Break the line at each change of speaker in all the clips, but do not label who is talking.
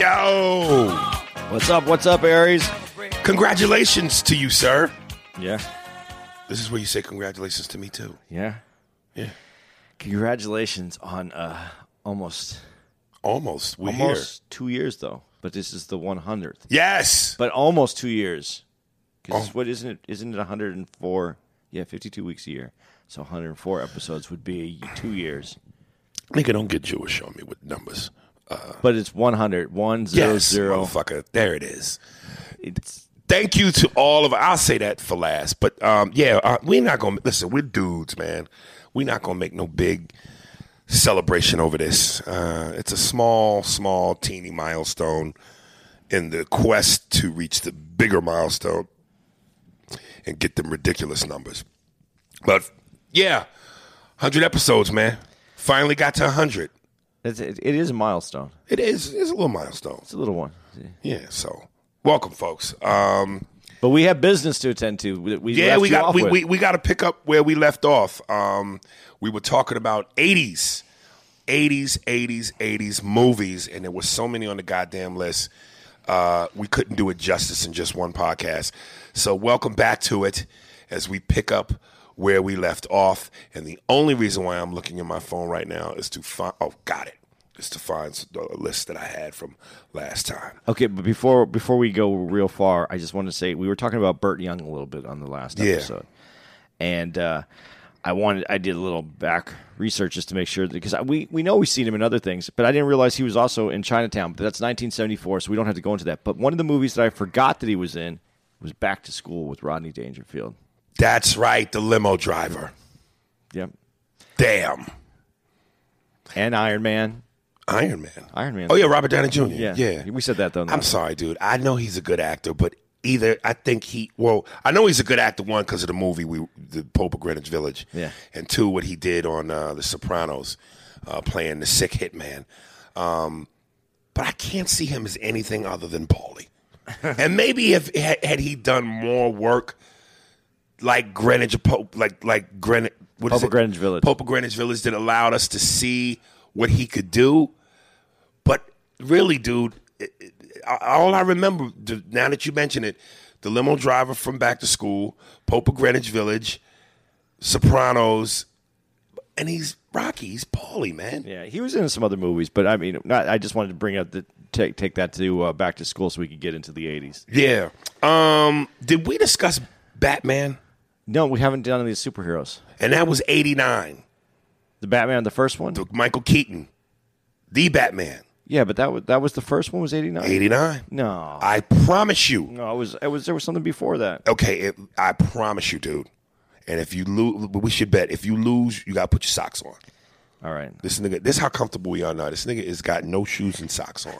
Yo!
What's up? What's up, Aries?
Congratulations to you, sir.
Yeah.
This is where you say congratulations to me, too.
Yeah.
Yeah.
Congratulations on uh, almost
Almost. We're
almost two years though, but this is the 100th.
here. Yes.
But almost two years. 'Cause
Oh.
it's- what isn't it? Isn't it 104? Yeah, 52 weeks a year. So 104 episodes would be two years.
Nigga, don't get Jewish on me with numbers.
But it's 100, 100.
yes, motherfucker. There it is.
It's
Thank you to all of. I'll say that for last, but um, yeah, uh, we're not gonna listen. We're dudes, man. We're not gonna make no big celebration over this. Uh, it's a small, small, teeny milestone in the quest to reach the bigger milestone and get them ridiculous numbers. But yeah, hundred episodes, man. Finally got to hundred.
It's, it, it is a milestone.
It is. It's a little milestone.
It's a little one.
Yeah. So welcome, folks. Um,
But we have business to attend to. that We
Yeah,
left
we
you
got
off
we,
with.
we, we got to pick up where we left off. Um, we were talking about 80s, 80s, 80s, 80s movies, and there were so many on the goddamn list. Uh, we couldn't do it justice in just one podcast. So welcome back to it as we pick up where we left off. And the only reason why I'm looking at my phone right now is to find. Oh, got it. Is to find a list that I had from last time.
Okay, but before before we go real far, I just want to say we were talking about Burt Young a little bit on the last
Yeah.
episode, and uh, I wanted I did a little back research just to make sure because I, we we know we've seen him in other things, but I didn't realize he was also in Chinatown. But that's 1974, so we don't have to go into that. But one of the movies that I forgot that he was in was Back to School with Rodney Dangerfield.
That's right, the limo driver.
Yep,
Damn.
and Iron Man.
Iron Man.
Iron Man.
Oh yeah, Robert Downey Jr.
Yeah,
Yeah,
we said that though.
I'm sorry, dude. I know he's a good actor, but either I think he well, I know he's a good actor one because of the movie we the Pope of Greenwich Village.
Yeah.
and two what he did on uh, The Sopranos, uh, playing the sick hitman. Um, but I can't see him as anything other than Paulie. and maybe if had, had he done more work, like Greenwich Pope, like like Greenwich. What is
Pope of
it?
Greenwich Village.
Pope of Greenwich Village that allowed us to see what he could do. But really, dude, it, it, all I remember the- now that you mention it, the limo driver from Back to School, Pope of Greenwich Village, Sopranos, and he's Rocky. He's Paulie, man.
Yeah, he was in some other movies, but I mean, not. I just wanted to bring up the take take that to uh, Back to School so we could get into the 80s.
Yeah. Um, did we discuss Batman?
No, we haven't done any of the superheroes.
And that was '89.
The Batman, the first one.
Michael Keaton, the Batman,
yeah, but that was that was the first one was eighty nine.
'89.
No,
I promise you.
no, it was it was there was something before that.
Okay, it, I promise you, dude. And if you lose, we should bet. If you lose, you gotta put your socks on.
All right,
This nigga, this how comfortable we are now. This nigga has got no shoes and socks on,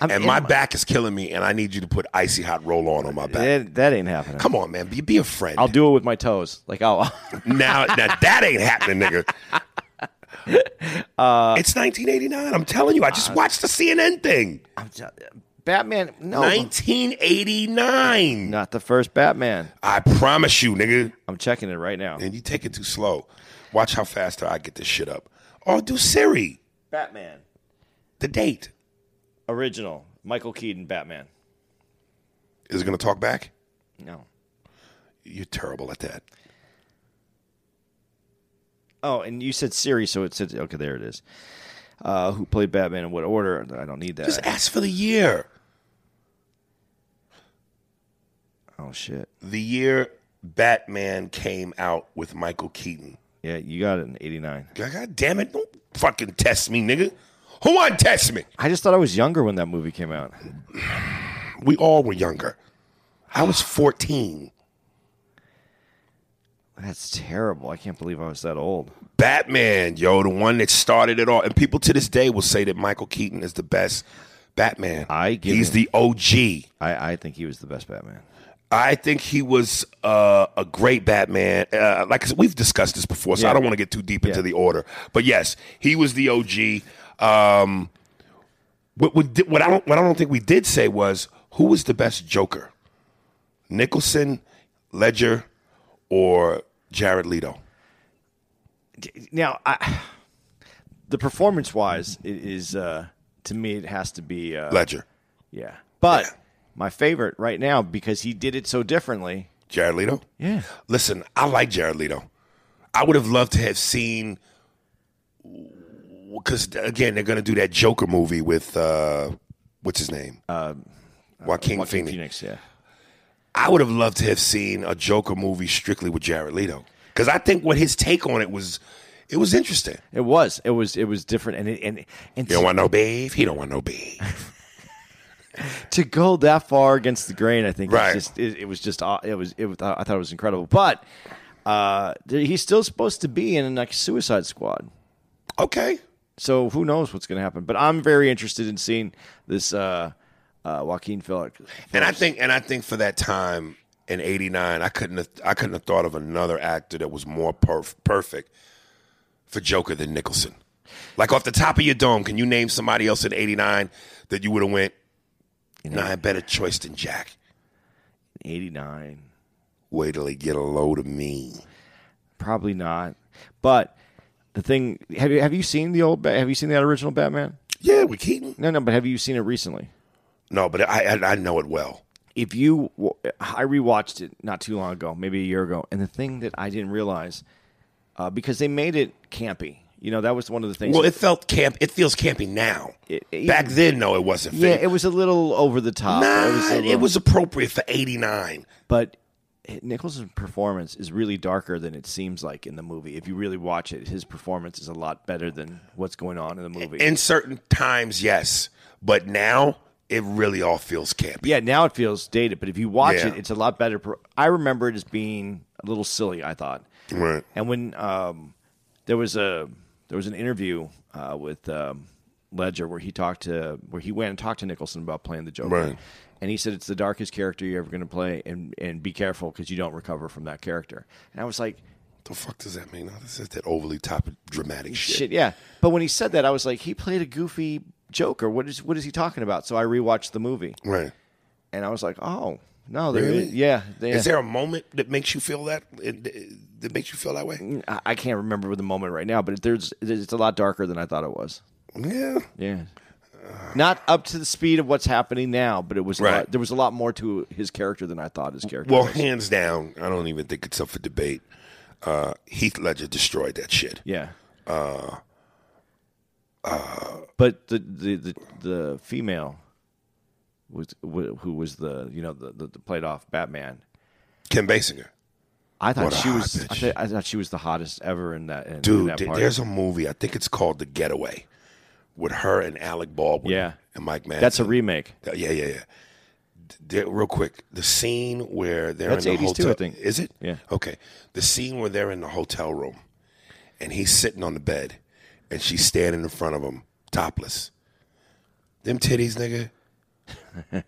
I'm
and
in
my, back is killing me. And I need you to put icy hot roll on on my back.
That, that ain't happening.
Come on, man, be, be a friend.
I'll do it with my toes. Like I'll.
now, now that ain't happening, nigga.
Uh,
it's 1989. I'm telling you, I just watched the CNN thing.
I'm j- Batman, no,
1989.
not the first Batman.
I promise you, nigga.
I'm checking it right now.
And you take it too slow. Watch how fast I get this shit up. Or do Siri
Batman.
the date.
original Michael Keaton Batman.
Is it going to talk back?
No.
You're terrible at that.
Oh, and you said Siri, so it said okay. There it is. Uh, who played Batman in what order? I don't need that.
Just ask for the year.
oh shit.
The year Batman came out with Michael Keaton.
Yeah, you got it in '89.
God God damn it. Don't fucking test me, nigga. Who want to test me?
I just thought I was younger when that movie came out.
We all were younger. I was 14.
That's terrible. I can't believe I was that old.
Batman, yo, the one that started it all. And people to this day will say that Michael Keaton is the best Batman.
I give
He's
him-
the OG.
I, I think he was the best Batman.
I think he was uh, a great Batman. Uh, like I said, we've discussed this before, so
Yeah.
I don't want to get too deep into
Yeah.
the order. But yes, he was the OG. Um, what, what, di- what I don't what I don't think we did say was who was the best Joker, Nicholson, Ledger, or Jared Leto?
Now, I, the performance-wise, it is uh, to me it has to be uh,
Ledger,
yeah. But my favorite right now because he did it so differently.
Jared Leto.
Yeah.
Listen, I like Jared Leto. I would have loved to have seen because again they're gonna do that Joker movie with uh, what's his name, Uh, Joaquin,
Joaquin
Phoenix.
Phoenix. Yeah.
I would have loved to have seen a Joker movie strictly with Jared Leto because I think what his take on it was, it was interesting.
It was. It was. It was different, and it, and and
You don't want no beef. He don't want no beef.
to go that far against the grain, I think, it's
Right.
just, it, it was just aw- it was it was, I thought it was incredible. But uh, th- he's still supposed to be in like Suicide Squad,
Okay,
so who knows what's going to happen? But I'm very interested in seeing this uh, uh, Joaquin Phoenix.
and I think and I think for that time in '89, I couldn't have, I couldn't have thought of another actor that was more perf- perfect for Joker than Nicholson. Like off the top of your dome, can you name somebody else in '89 that you would have went? Nah, a better choice than Jack.
'89,
Wait till he get a load of me.
probably not. But the thing have you have you seen the old Ba- have you seen that original Batman?
Yeah, with Keaton.
No, no, but have you seen it recently?
No, but I I, I know it well.
if you i rewatched it not too long ago maybe a year ago and the thing that i didn't realize uh, because they made it campy you know that was one of the things
Well, it felt camp. It feels campy now.
It- it-
Back then, no, it wasn't.
yeah
It,
it was a little over the top
nah,
it was, a little-
appropriate for '89.
but Nicholson's performance is really darker than it seems like in the movie. If you really watch it, his performance is a lot better than what's going on in the movie.
In certain times, yes, but now it really all feels campy.
yeah, now it feels dated, but if you watch
Yeah.
it, it's a lot better. per- I remember it as being a little silly. I thought,
Right.
And when um, there was a there was an interview uh, with um, Ledger where he talked to where he went and talked to Nicholson about playing the Joker,
Right.
and he said it's the darkest character you're ever going to play, and and be careful because you don't recover from that character. And I was like,
The fuck does that mean? Now, This is that overly top dramatic shit.
shit, yeah. But when he said that, I was like, he played a goofy Joker. What is what is he talking about? So I rewatched the movie,
Right.
and I was like, oh no, there
Really?
is- yeah, yeah.
Is there a moment that makes you feel that uh, that makes you feel that way?
I I can't remember the moment right now, but there's it's a lot darker than I thought it was.
Yeah.
Yeah. Not up to the speed of what's happening now, but it was a
Right.
lot, there was a lot more to his character than I thought his character.
Well,
was.
hands down, I don't even think it's up for debate. Uh, Heath Ledger destroyed that shit.
yeah. Uh,
uh,
but the, the the the female was wh- who was the you know the the, the played off Batman.
Kim Basinger.
I thought
What a
she
hot
was. I,
bitch.
th- I thought she was the hottest ever in that. In, in
Dude,
that
th-
part.
there's a movie. I think it's called The Getaway, with her and Alec Baldwin.
Yeah.
and Mike Madsen.
that's a remake.
Uh, Yeah, yeah, yeah. D- there- real quick, the scene where they're
That's
in the
80s too,
hotel.
I think.
Is it?
Yeah.
Okay. The scene where they're in the hotel room, and he's sitting on the bed, and she's standing in front of him, topless. Them titties, nigga.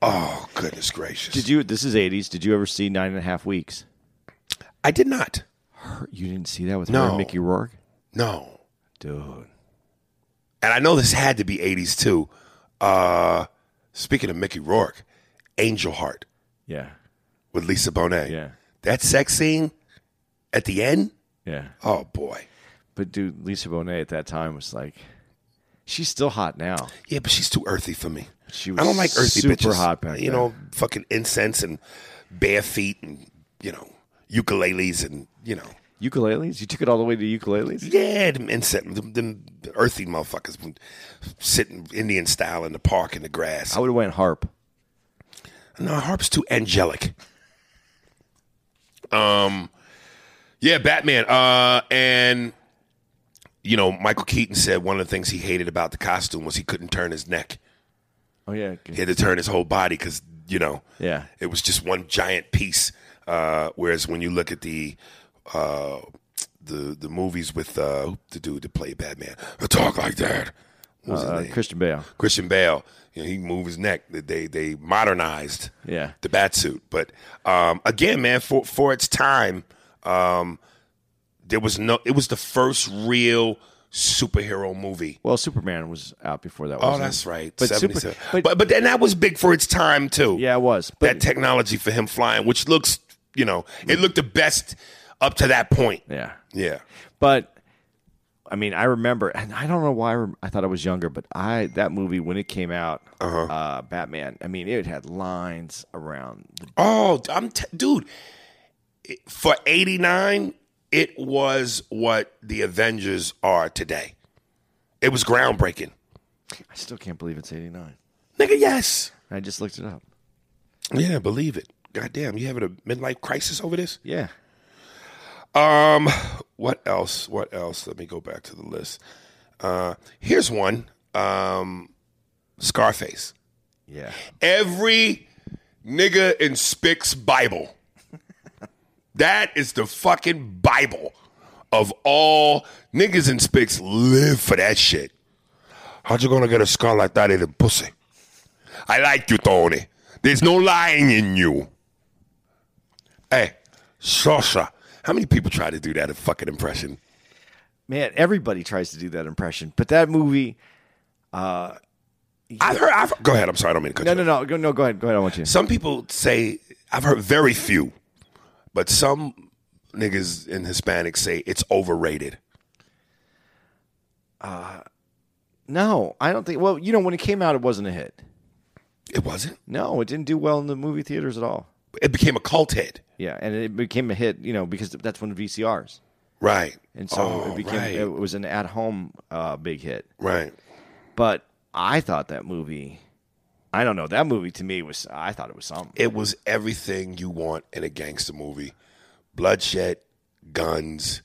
oh goodness gracious!
Did you? This is '80s. Did you ever see Nine and a Half Weeks?
I did not.
Her, you didn't see that with her and
No.
Mickey Rourke,
No.
dude.
and I know this had to be 80s too. Uh, speaking of Mickey Rourke, Angel Heart
Yeah,
with Lisa Bonet.
Yeah.
That sex scene at the end?
yeah.
Oh boy.
But dude, Lisa Bonet at that time was like, She's still hot now.
Yeah, but she's too earthy for me.
She
I
was
don't like earthy
super
bitches.
hot back
you
then.
know, fucking incense and bare feet and you know ukuleles and you know
Ukuleles? You took it all the way to ukuleles?
yeah, them incense, them, them earthy motherfuckers sitting Indian style in the park in the grass.
I would have went harp.
No, Harp's too angelic. Um, yeah, Batman. Uh, and you know, Michael Keaton said one of the things he hated about the costume was he couldn't turn his neck.
Oh yeah. okay.
He had to turn his whole body because you know,
Yeah.
it was just one giant piece. Uh, whereas when you look at the uh, the the movies with uh, the dude that played Batman, talk like that. What was his
Uh,
name?
Christian Bale.
Christian Bale, you know, he moved his neck. They they modernized
Yeah.
the bat suit. But um, again, man, for for its time, um, there was no. It was the first real superhero movie.
Well, Superman was out before that.
Oh,
wasn't
that's
it?
right.
But, Super-
77.
but,
but, but then that was big for its time too.
yeah, it was. But
that technology for him flying, which looks, you know, it looked the best up to that point.
yeah,
Yeah.
but I mean, I remember, and I don't know why I, rem- I thought I was younger, but I that movie when it came out, uh Batman. I mean, it had lines around. The,
Oh, I'm t- dude. it- For '89, it was what the Avengers are today. It was groundbreaking,
I still can't believe it's eighty nine.
nigga. Yes.
I just looked it up.
Yeah, believe it. Goddamn, you having a midlife crisis over this?
Yeah,
Um, what else? What else? Let me go back to the list. Uh, here's one. Um, Scarface.
yeah.
Every nigga in Spick's Bible. That is the fucking Bible of all niggas in Spick's live for that shit. How'd you gonna get a scar like that in the pussy? I like you, Tony. There's no lying in you. Hey, Sasha, how many people try to do that fucking impression?
Man, everybody tries to do that impression, but that movie.
I've heard. I've, go ahead. I'm sorry. I don't mean to cut you.
No, no, no, go, no. Go ahead, go ahead. I want you.
Some people say I've heard very few, but some niggas in Hispanics say it's overrated.
No, I don't think. Well, you know, when it came out, it wasn't a hit.
It wasn't.
No, it didn't do well in the movie theaters at all.
It became a cult hit,
Yeah, and it became a hit, you know, because that's when VCRs,
right?
and so
Oh,
it became
right,
it was an at-home uh, big hit.
right.
But I thought that movie, I don't know, that movie to me was I thought it was something.
It was everything you want in a gangster movie: bloodshed, guns.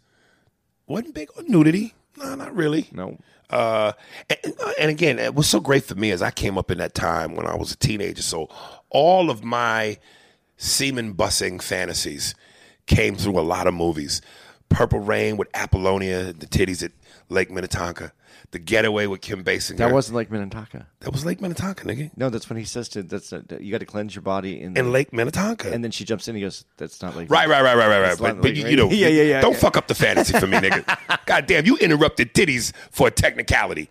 wasn't big on nudity. No, not really.
no,
Uh, and, and again, it was so great for me as I came up in that time when I was a teenager. So all of my semen bussing fantasies came through a lot of movies. Purple Rain with Apollonia, the titties at Lake Minnetonka, The Getaway with Kim Basinger.
that wasn't like Minnetonka.
that was Lake Minnetonka, nigga.
No, that's when he says to that's that you got to cleanse your body in,
In Lake Minnetonka.
and then she jumps in. He goes, "That's not like
Right, right, right, right, right, right.
It's
But,
not
but
like
you,
rape.
you know,
Yeah, yeah, yeah,
Don't
yeah.
fuck up the fantasy for me, nigga. God damn, you interrupted titties for a technicality.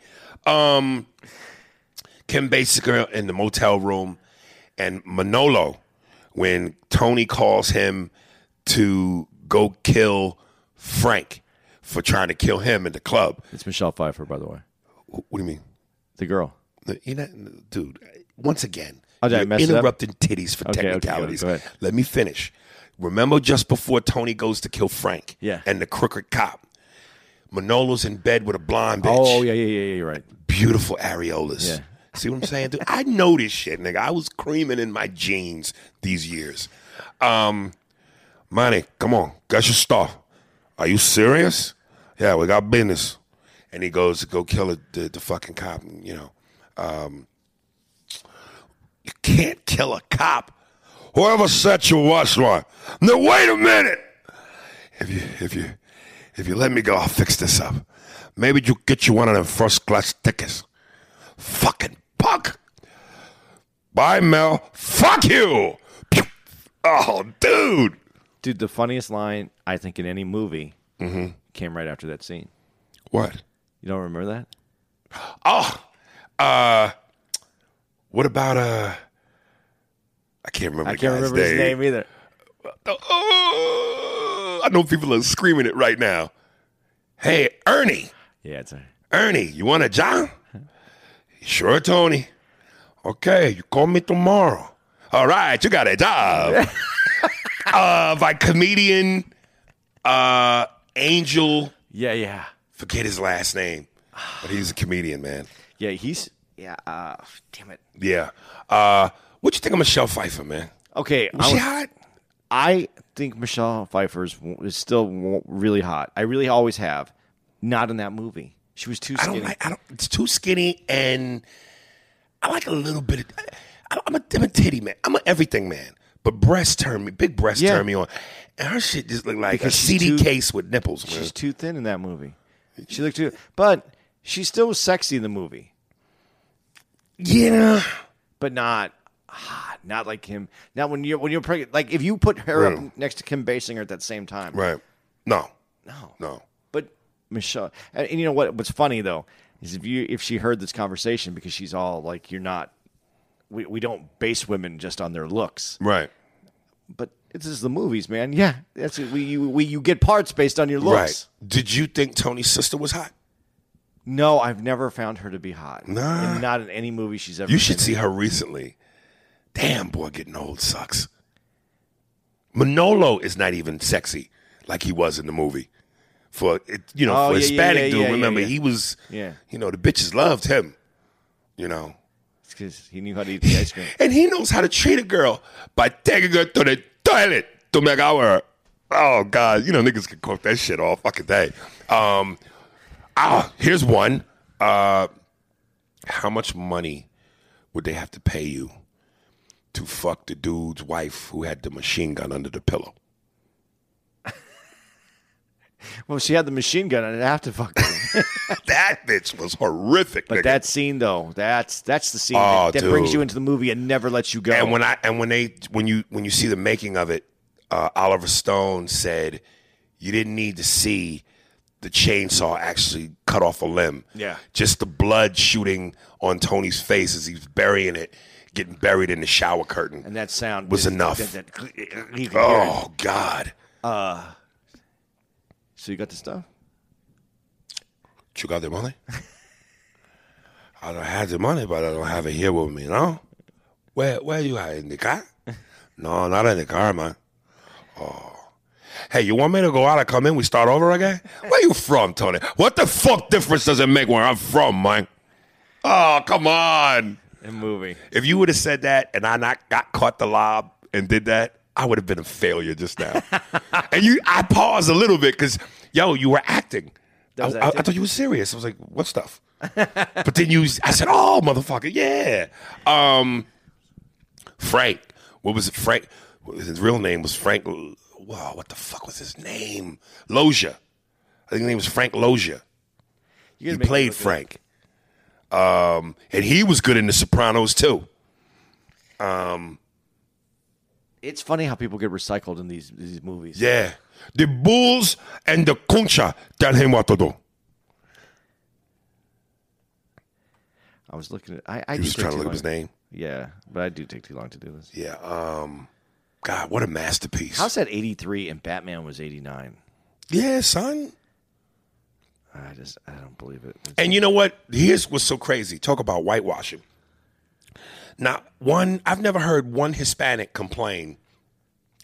Um, Kim Basinger in the motel room, and Manolo when Tony calls him to go kill Frank for trying to kill him in the club.
It's Michelle Pfeiffer, by the way,
Wh- What do you mean?
the girl.
You're not, dude. Once again,
Oh, did I
you're
mess it up?
interrupting titties for
Okay, okay,
technicalities.
go ahead.
Let me finish. Remember, just before Tony goes to kill Frank,
Yeah.
and the crooked cop, Manolo's in bed with a blonde bitch.
Oh yeah, yeah, yeah, yeah. You're right.
beautiful areolas.
Yeah.
See what I'm saying, dude? I know this shit, nigga. I was creaming in my jeans these years. Um, Money, come on, get your stuff. Are you serious? Yeah, we got business. And he goes to go kill a, the, the fucking cop. and, You know, um, you can't kill a cop. Whoever set your watch line. No, wait a minute. If you if you if you let me go, I'll fix this up. Maybe you get you one of them first class tickets. Fucking punk. Bye, Mel. Fuck you. Pew. Oh, dude.
Dude, the funniest line I think in any movie
Mm-hmm.
came right after that scene.
What?
You don't remember that?
Oh, uh, what about uh? I can't remember.
I
the
can't
guy's
remember his name either.
Oh, I know people are screaming it right now. Hey, Ernie,
Yeah, it's a,
Ernie, you want a job? Sure, Tony. Okay, you call me tomorrow. All right, you got a job. uh, by comedian uh, Angel.
Yeah, yeah,
Forget his last name, but he's a comedian, man.
yeah. He's yeah. Uh, damn it.
Yeah. Uh, what you think of Michelle Pfeiffer, man?
Okay,
Was she
I,
hot?
I think Michelle Pfeiffer is, is still w- really hot. I really always have. Not in that movie. She was too
I
skinny.
don't like. I don't. It's too skinny, and I like a little bit. Of, I, I'm a I'm a titty man. I'm an everything man. But breasts turn me. Big breasts
Yeah.
turn me on. And her shit just looked like
Because
a
she's
CD
too-
case with nipples. Man.
She's too thin in that movie. She looked too, but she still was sexy in the movie,
Yeah.
but not hot. Not like him. Not when you're when you're pregnant. Like if you put her
Right.
up next to Kim Basinger at that same time,
Right. No.
No,
No.
But Michelle, and, and you know what? What's funny though is if you if she heard this conversation because she's all like, "You're not. We we don't base women just on their looks,
Right.
but this is the movies, man. Yeah, that's it. We you we you get parts based on your looks.
Right. Did you think Tony's sister was hot?
No, I've never found her to be hot.
Nah.
And not in any movie she's ever.
You
been
should
in.
see her recently. Damn, boy, getting old sucks. Manolo is not even sexy like he was in the movie. For it, you know,
Oh,
for
yeah, yeah,
Hispanic
yeah,
dude,
yeah, yeah,
remember
yeah.
he was.
Yeah.
You know, the bitches loved him. You know,
because he knew how to eat the ice cream.
and he knows how to treat a girl by taking her to the toilet to make out with her. Oh God, you know niggas can cook that shit all fucking day. Um, ah, here's one. Uh, how much money would they have to pay you to fuck the dude's wife who had the machine gun under the pillow?
Well, she had the machine gun and it have to fuck. Her.
That bitch was horrific.
But
nigga.
that scene though, that's that's the scene
Oh,
that, that brings
dude.
you into the movie and never lets you go.
And when I and when they when you when you see the making of it, uh, Oliver Stone said you didn't need to see the chainsaw actually cut off a limb.
Yeah.
just the blood shooting on Tony's face as he's burying it, getting buried in the shower curtain.
and that sound is-
Was enough.
that- that- you can hear it.
oh God,
So you got the stuff?
you got the money? I don't have the money, but I don't have it here with me. No, where where you at in the car? No, not in the car, man. Oh. Hey, you want me to go out and come in? We start over again? Where you from, Tony? What the fuck difference does it make where I'm from, man? Oh, come on.
A movie.
If you would have said that and I not got caught the lob and did that, I would have been a failure just now. and you, I paused a little bit because, yo, you were acting. I,
was
I- I
acting?
thought you were serious. I was like, what stuff? but then you, I said, oh, motherfucker, yeah. Um, Frank, what was it? Frank, his real name was Frank. Wow, what the fuck was his name? Loja. I think his name was Frank Loja.
You
He played Frank. Um, and he was good in The Sopranos too.
It's funny how people get recycled in these these movies.
Yeah. The bulls and the concha tell him what to do.
I was looking at. I, I
He was trying to look up his name.
Yeah, but I do take too long to do this.
Yeah. Um, God, what a masterpiece.
How's that eighty three and Batman was eighty nine?
yeah, son.
I just I don't believe it. It's-
And you know what? Here's what's so crazy. Talk about whitewashing. Now, one, I've never heard one Hispanic complain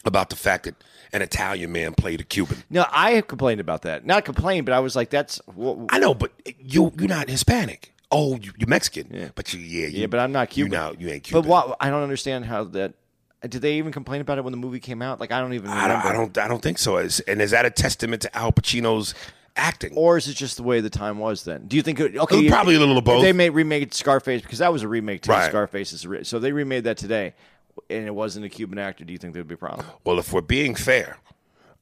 about the fact that an Italian man played a Cuban.
no, I have complained about that. Not complained, but I was like, that's wh-
I know, but you you're not Hispanic. Oh, you, you're Mexican. But you, yeah, you,
Yeah, but I'm not
You
Cuban.
know, you ain't
But
Cuban.
why, I don't understand how that. Did they even complain about it when the movie came out? Like I don't even
I
remember.
don't, I don't, I don't think so. Is- and is that a testament to Al Pacino's acting?
Or is it just the way the time was then? Do you think it, okay?
It was probably a little of
if
both.
They made remade Scarface because that was a remake too.
Right.
Scarface is re- so they remade that today, and it wasn't a Cuban actor. Do you think there'd be a problem?
Well, if we're being fair,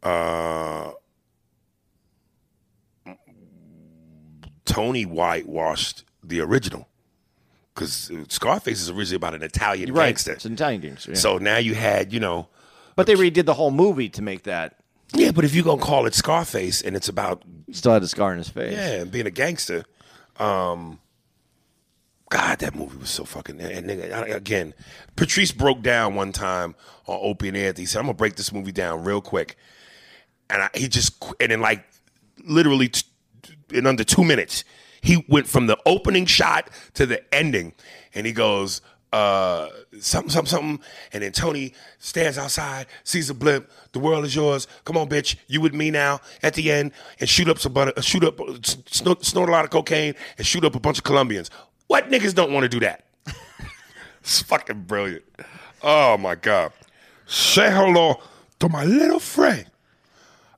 uh, Tony whitewashed the original because Scarface is originally about an Italian gangster.
It's an Italian gangster. yeah.
So now you had, you know,
but they redid the whole movie to make that.
yeah, but if you're gonna call it Scarface and it's about
Still had a scar in his face.
yeah being a gangster, um, God, that movie was so fucking. And, and nigga, I- again, Patrice broke down one time on Opie and Anthony. He said, "I'm gonna break this movie down real quick." and I, he just qu- and in like literally t- in under two minutes, He went from the opening shot to the ending, and he goes uh, something, something, something, and then Tony stands outside, sees a blip. The world is yours. Come on, bitch, you with me now? At the end, and shoot up some butter, uh, shoot up, uh, snort, snort a lot of cocaine, and shoot up a bunch of Colombians. What niggas don't want to do that? It's fucking brilliant. Oh my god. Say hello to my little friend,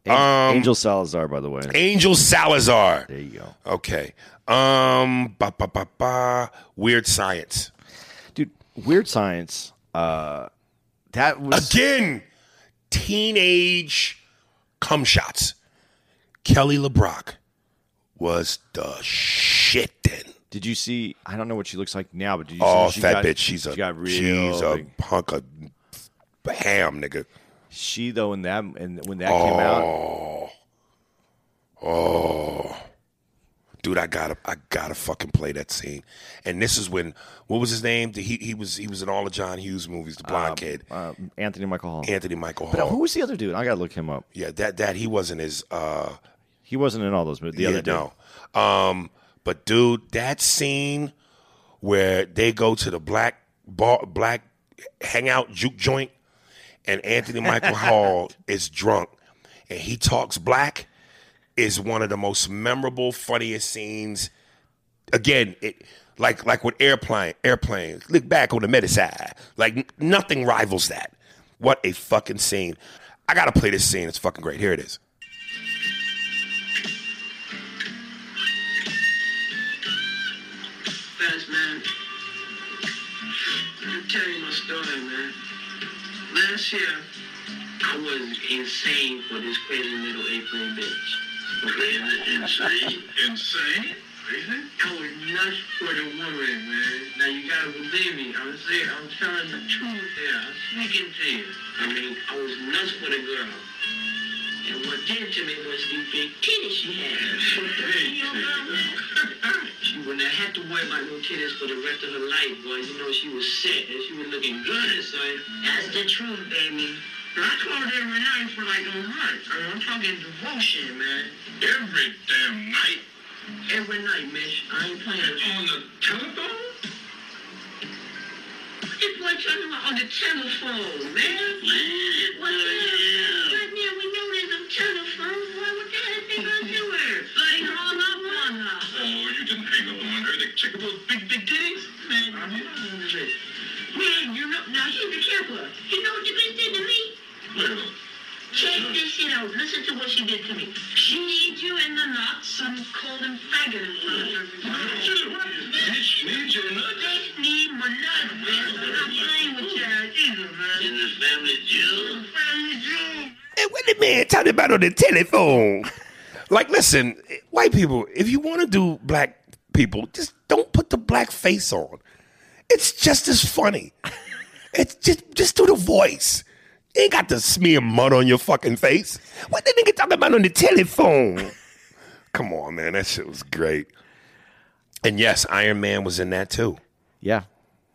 An-
Um,
Angel Salazar, by the way.
Angel Salazar.
There you go.
Okay. Um. Ba ba ba ba. Weird science.
Dude, Weird Science, uh, that was.
Again. Teenage cum shots. Kelly LeBrock was the shit then.
Did you see? I don't know what she looks like now, but did you
Oh,
see? she
that
got-
bitch. She's a
she got real
she's a
big.
hunk of ham, nigga.
She though, in that and when that came out,
Oh. dude, I gotta, I gotta fucking play that scene. And this is when, what was his name? The- He he was he was in all of John Hughes movies, the blonde kid,
uh, Anthony Michael Hall.
Anthony Michael
But
Hall.
who was the other dude? I gotta look him up.
yeah, that that he wasn't his. Uh,
He wasn't in all those. But the
yeah,
other dude.
no. Um, but dude, that scene where they go to the black bar, black hangout juke joint, and Anthony Michael Hall is drunk, and he talks black, is one of the most memorable, funniest scenes. Again, it like like with airplane airplanes. Look back on the medicine. Like n- nothing rivals that. What a fucking scene! I gotta play this scene. It's fucking great. Here it is.
Fast man. Let me tell you my story, man. Last year, I was insane for this crazy little apron bitch. Crazy, insane, insane. I was nuts for the woman, man. Now you gotta believe me. I'm saying, I'm telling the truth here. I'm speaking to you. I mean, I was nuts for the girl. And what did it to me was the big titties she had. she would not have to worry about no titties for the rest of her life, boy. You know, she was set and she was looking good, son. That's the truth, baby. I called every night for like a month. I mean, I'm talking devotion, man. Every damn night? Every night, Mish. I ain't playing. On the telephone? This boy talking about on the telephone, man. What the hell? Goddamn, we know there's a telephone. Why would they hang up to her? They hung up on her. Oh, you didn't hang up on her. The chick about big, big titties? Man, man, you know, now he's the killer. You know what the bitch did to me? Check this shit out. Listen to what she did to me. She needs you in the nuts. Some cold and faggot in front of everybody. Bitch needs your nuts. Bitch need my nuts, man. I'm not playing with your ass either, man. In the family jewel. Family jewel.
Hey, what the man talking about on the telephone? like, listen, white people, if you want to do black people, just don't put the black face on. It's just as funny. It's just just do the voice. You ain't got to smear mud on your fucking face. What the nigga talking about on the telephone? Come on, man, that shit was great. And yes, Iron Man was in that too.
Yeah,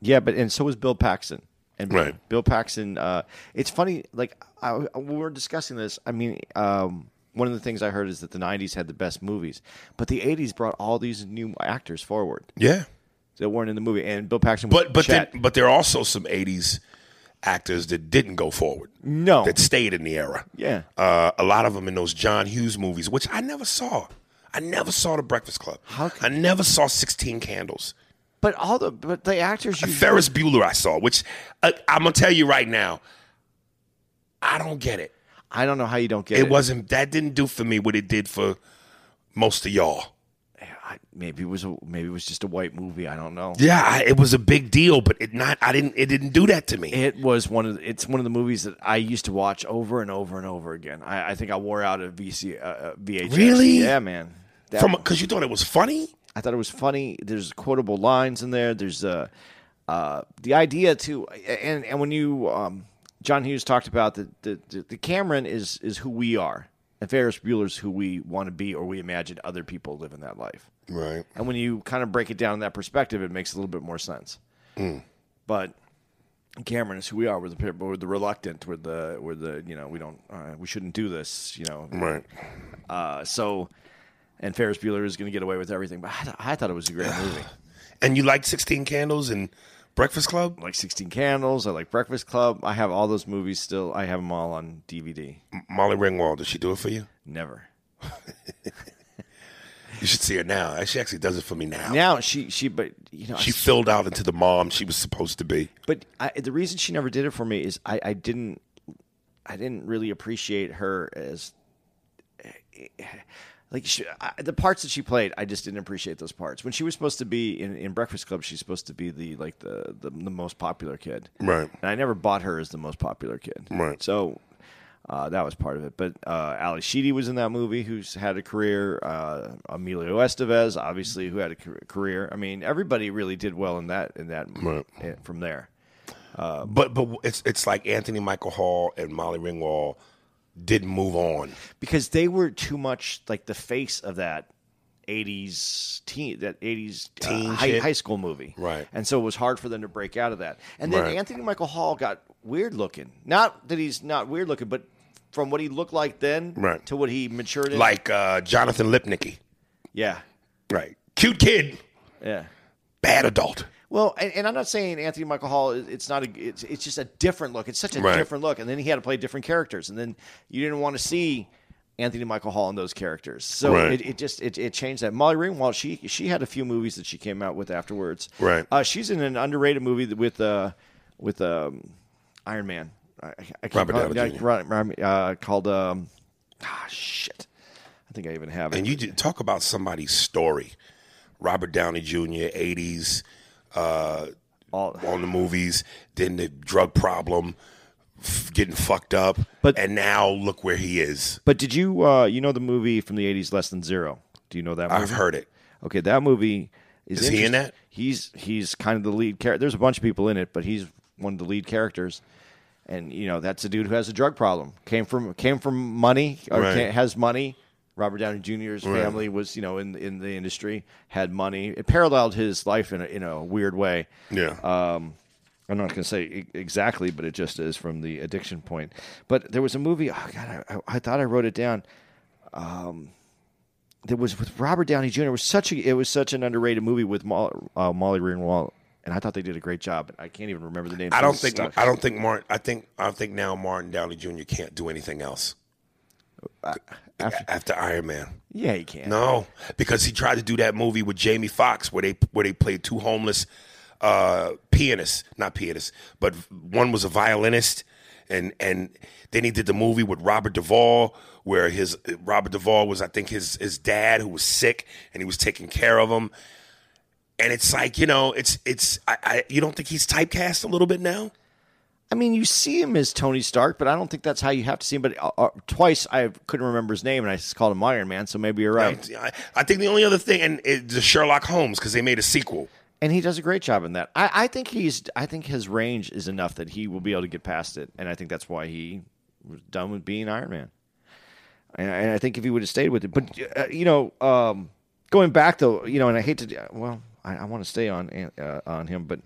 yeah, but and so was Bill Paxton. And
Right.
Bill Paxton. Uh, it's funny. Like I, I- when we were discussing this, I mean, um, one of the things I heard is that the '90s had the best movies, but the '80s brought all these new actors forward
Yeah.
that weren't in the movie, and Bill Paxton. Was
But but
Chet.
then, but there are also some '80s actors that didn't go forward.
No.
that stayed in the era.
Yeah.
uh, a lot of them in those John Hughes movies, which I never saw. I never saw The Breakfast Club.
How could-
I never saw Sixteen Candles.
but all the but the actors you
Ferris Bueller, I saw, which uh, I'm gonna tell you right now, I don't get it.
I don't know how you don't get
It
it.
wasn't that didn't do for me what it did for most of y'all.
I- maybe it was a, maybe it was just a white movie. I don't know.
Yeah, I, it was a big deal, but it not. I didn't. It didn't do that to me.
It was one of the, it's one of the movies that I used to watch over and over and over again. I, I think I wore out a VC uh, uh, VHS.
Really?
Yeah, man. That,
From because you thought it was funny.
I thought it was funny. There's quotable lines in there. There's uh, uh, the idea too, and and when you um, John Hughes talked about that the, the the Cameron is is who we are, and Ferris Bueller's who we want to be, or we imagine other people living that life.
Right.
And when you kind of break it down in that perspective, it makes a little bit more sense. But Cameron is who we are. We're the pe- we're the reluctant. We're the we're the you know we don't uh, we shouldn't do this. You know
Right.
uh, so and Ferris Bueller is going to get away with everything. But I, th- I thought it was a great movie.
And you like 16 Candles and Breakfast Club?
I like Sixteen Candles. I like Breakfast Club. I have all those movies still. I have them all on DVD.
M- Molly Ringwald, does she do it for you?
Never.
You should see her now. She actually does it for me now.
Now she she but you know I
She filled out into the mom she was supposed to be.
But I, the reason she never did it for me is I, I didn't I didn't really appreciate her as eh, like she, I, the parts that she played. I just didn't appreciate those parts. When she was supposed to be in, in Breakfast Club, she's supposed to be the like the, the the most popular kid,
Right.
And I never bought her as the most popular kid,
Right.
So. Uh, that was part of it, but uh, Ali Sheedy was in that movie, who's had a career. Uh, Emilio Estevez, obviously, who had a ca- career. I mean, everybody really did well in that. In that,
Right.
eh, from there.
But but it's it's like Anthony Michael Hall and Molly Ringwald didn't move on.
because they were too much like the face of that 80s teen that 80s uh,
Teen
high,
shit.
high school movie
Right.
and so it was hard for them to break out of that and then
Right.
anthony michael hall got weird looking not that he's not weird looking but from what he looked like then
Right.
to what he matured in
Like uh, Jonathan Lipnicki.
yeah
Right. Cute kid,
yeah
bad adult.
well, and, and I'm not saying Anthony Michael Hall. is- It's not a. It's it's just a different look. It's such a
Right.
different look. And then he had to play different characters, and then you didn't want to see Anthony Michael Hall in those characters. So
Right.
it, it just it, it changed that. Molly Ringwald. She she had a few movies that she came out with afterwards.
Right.
Uh, she's in an underrated movie with uh with um Iron Man. I, I can't
Robert Downey Jr..
Uh, called um ah shit. I think I even have it.
And you did talk about somebody's story. Robert Downey Jr., 80s, uh,
All-
on the movies, then the drug problem, f- getting fucked up,
But-
and now look where he is.
but did you uh you know the movie from the 80s Less Than Zero? Do you know that? Movie?
I've heard it.
Okay, that movie is,
Is he in
interest-
that?
He's he's kind of the lead character. There's a bunch of people in it, but he's one of the lead characters. And you know, that's a dude who has a drug problem. Came from came from money or
Right.
ca- has money. Robert Downey Jr.'s family was, you know, in in the industry, had money. It paralleled his life in a, in a weird way.
Yeah.
Uh, I'm not going to say e- exactly, but it just is from the addiction point. But there was a movie. Oh God, I, I, I thought I wrote it down. Um, that was with Robert Downey Jr. It was such a it was such an underrated movie with Mo, uh, Molly Ringwald, and I thought they did a great job. I can't even remember the name.
I don't
It's
think
stuck.
I don't think Martin. I think I think now Martin Downey Jr. can't do anything else
Uh,
after, Iron Man.
yeah, you can.
No, because he tried to do that movie with Jamie Foxx where they where they played two homeless uh, pianists, not pianists, but one was a violinist, and and then he did the movie with Robert Duvall where his Robert Duvall was I think his his dad who was sick and he was taking care of him. And it's like you know, it's it's I, I you don't think he's typecast a little bit now?
I mean, you see him as Tony Stark, but I don't think that's how you have to see him. But uh, uh, twice I couldn't remember his name, and I just called him Iron Man. So maybe you're right.
I, I think the only other thing, and it, the Sherlock Holmes, because they made a sequel.
and he does a great job in that. I, I think he's I think his range is enough that he will be able to get past it, and I think that's why he was done with being Iron Man. And, and I think if he would have stayed with it, but uh, you know, um, going back though, you know, and I hate to do- well, I, I want to stay on An- uh, on him, but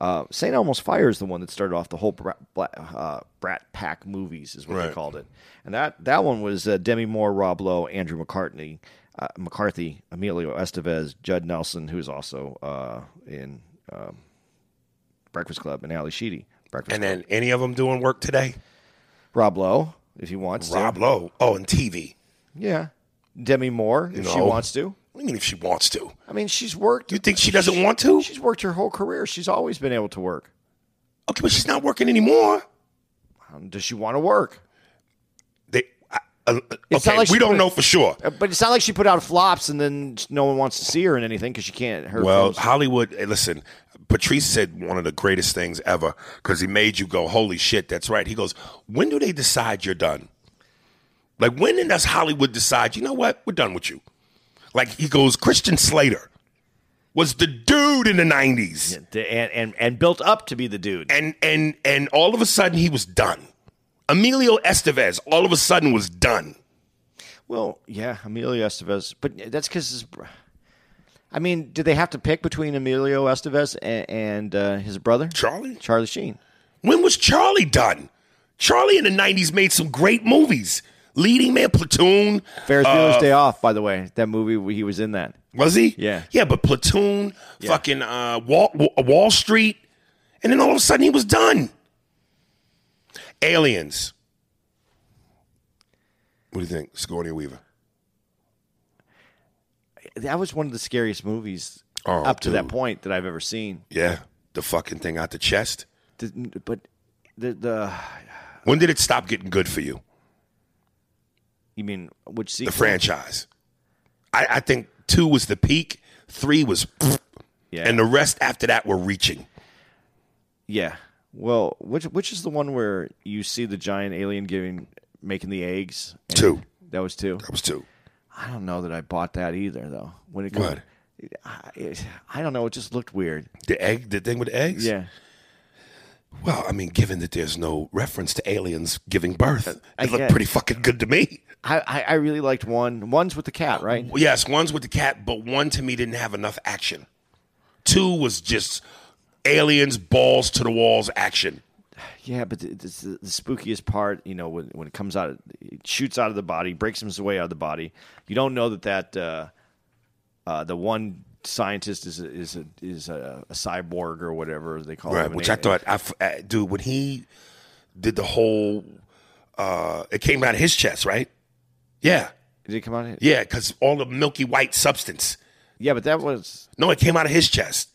uh, Saint Elmo's Fire is the one that started off the whole brat, bla- uh, brat pack movies, is what they
Right.
called it, and that that one was uh, Demi Moore, Rob Lowe, Andrew McCartney, uh, McCarthy, Emilio Estevez, Judd Nelson, who's also uh, in um, Breakfast Club, and Ali Sheedy. Breakfast
And
Club.
then any of them doing work today?
Rob Lowe, if he wants
Rob
to,
Lowe. Oh, and TV.
yeah, Demi Moore, if she
No.
wants to.
What do you mean if she wants to?
I mean, she's worked.
You think she doesn't want to?
She's worked her whole career. She's always been able to work.
Okay, but she's not working anymore.
Um, does she want to work?
They, I, uh,
It's not
okay,
like
we
she
don't
put-
know for sure.
Uh, But it's not like she put out flops and then no one wants to see her in anything because she can't. Her
Well,
films-
Hollywood, eh, listen, Patrice said one of the greatest things ever because he made you go, holy shit, that's right. He goes, when do they decide you're done? Like, when does Hollywood decide, you know what, we're done with you? Like, he goes, Christian Slater was the dude in the 90s.
the- and, and and built up to be the dude.
And, and, and all of a sudden, he was done. Emilio Estevez all of a sudden was done.
Well, yeah, Emilio Estevez, but that's because. I mean, did they have to pick between Emilio Estevez and, and uh, his brother
Charlie?
Charlie Sheen?
When was Charlie done? Charlie in the 90s made some great movies leading man, Platoon.
Ferris
uh,
Bueller's Day Off, by the way, that movie where he was in that.
Was he?
Yeah.
Yeah, but Platoon, fucking uh, Wall, Wa- Wall Street, and then all of a sudden he was done. Aliens. What do you think, Sigourney Weaver?
That was one of the scariest movies
Oh,
up to that
dude.
point that I've ever seen.
Yeah, the fucking thing out the chest.
The- But the the
When did it stop getting good for you?
you mean which
The
sequel?
franchise. I, I think two was the peak, three was,
Yeah.
and the rest after that were reaching.
Yeah. Well, which which is the one where you see the giant alien giving making the eggs? and-
Two.
That was two.
That was two.
I don't know that I bought that either though. When it comes,
What?
I, it- I don't know. It just looked weird.
The egg, the thing with the eggs.
Yeah.
Well, I mean, given that there's no reference to aliens giving birth, it
I
looked
guess.
pretty fucking good to me.
I, I, I really liked one. One's with the cat, right?
Well, yes, one's with the cat, but one to me didn't have enough action. Two was just aliens balls to the walls action.
Yeah, but the, the, the spookiest part, you know, when, when it comes out, it shoots out of the body, breaks his way out of the body. You don't know that that uh, uh, the one scientist is a, is a, is a, a cyborg or whatever they call
Right,
it.
which I thought, I f uh, dude, when he did the whole, uh, it came out of his chest, right? Yeah,
did it come out. Yeah.
yeah, because all the milky white substance.
yeah, but that was
No, it came out of his chest.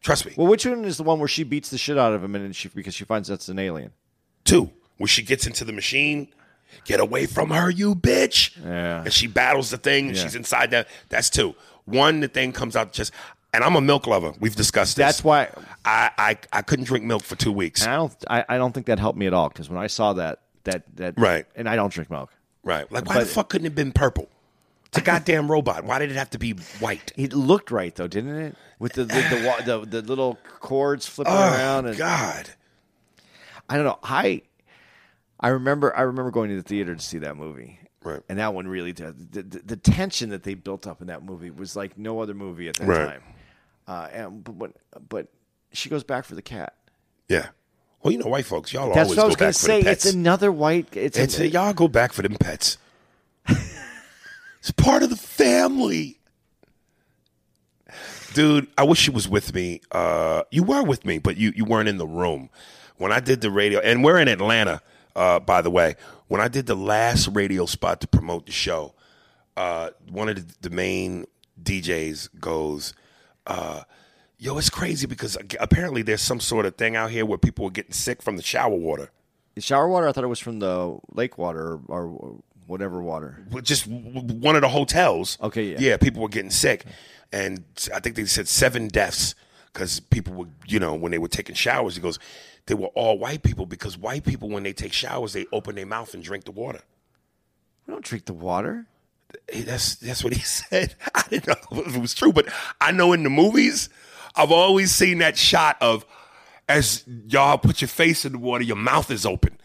Trust me.
well. Which one is the one where she beats the shit out of him and then she because she finds that's an alien?
Two, where she gets into the machine, get away from her, you bitch.
Yeah.
And she battles the thing and
Yeah.
she's inside that. That's two. One, the thing comes out just, and I'm a milk lover. We've discussed this.
That's why
I, I, I couldn't drink milk for two weeks.
and I don't I, I don't think that helped me at all because when I saw that that that
Right.
and I don't drink milk.
Right. Like, why the
But-
fuck couldn't it have been purple? It's a goddamn robot. Why did it have to be white?
It looked right though, didn't it? With the the, the, wa- the, the little cords flipping around
Oh,
and
God.
I don't know. I I remember I remember going to the theater to see that movie.
Right.
And that one really did. The, the, the tension that they built up in that movie was like no other movie at that
Right.
time. Uh, and but, when, but she goes back for the cat.
Yeah. Well, you know, white folks, y'all
That's
always
what I was
go
going
back
to
for
say.
the pets.
It's another white. It's,
It's a, y'all go back for them pets. it's part of the family. Dude, I wish you was with me. Uh, you were with me, but you, you weren't in the room. When I did the radio, and we're in Atlanta, uh, by the way. When I did the last radio spot to promote the show, uh, one of the, the main DJs goes, uh, Yo, it's crazy because apparently there's some sort of thing out here where people are getting sick from the shower water.
shower water. I thought it was from the lake water or, or whatever water.
with just w- w- one of the hotels.
Okay, yeah.
Yeah, people were getting sick, and I think they said seven deaths because people were, you know, when they were taking showers. He goes, they were all white people because white people when they take showers they open their mouth and drink the water.
We don't drink the water.
Hey, that's that's what he said. I didn't know if it was true, but I know in the movies, I've always seen that shot of as y'all put your face in the water, your mouth is open,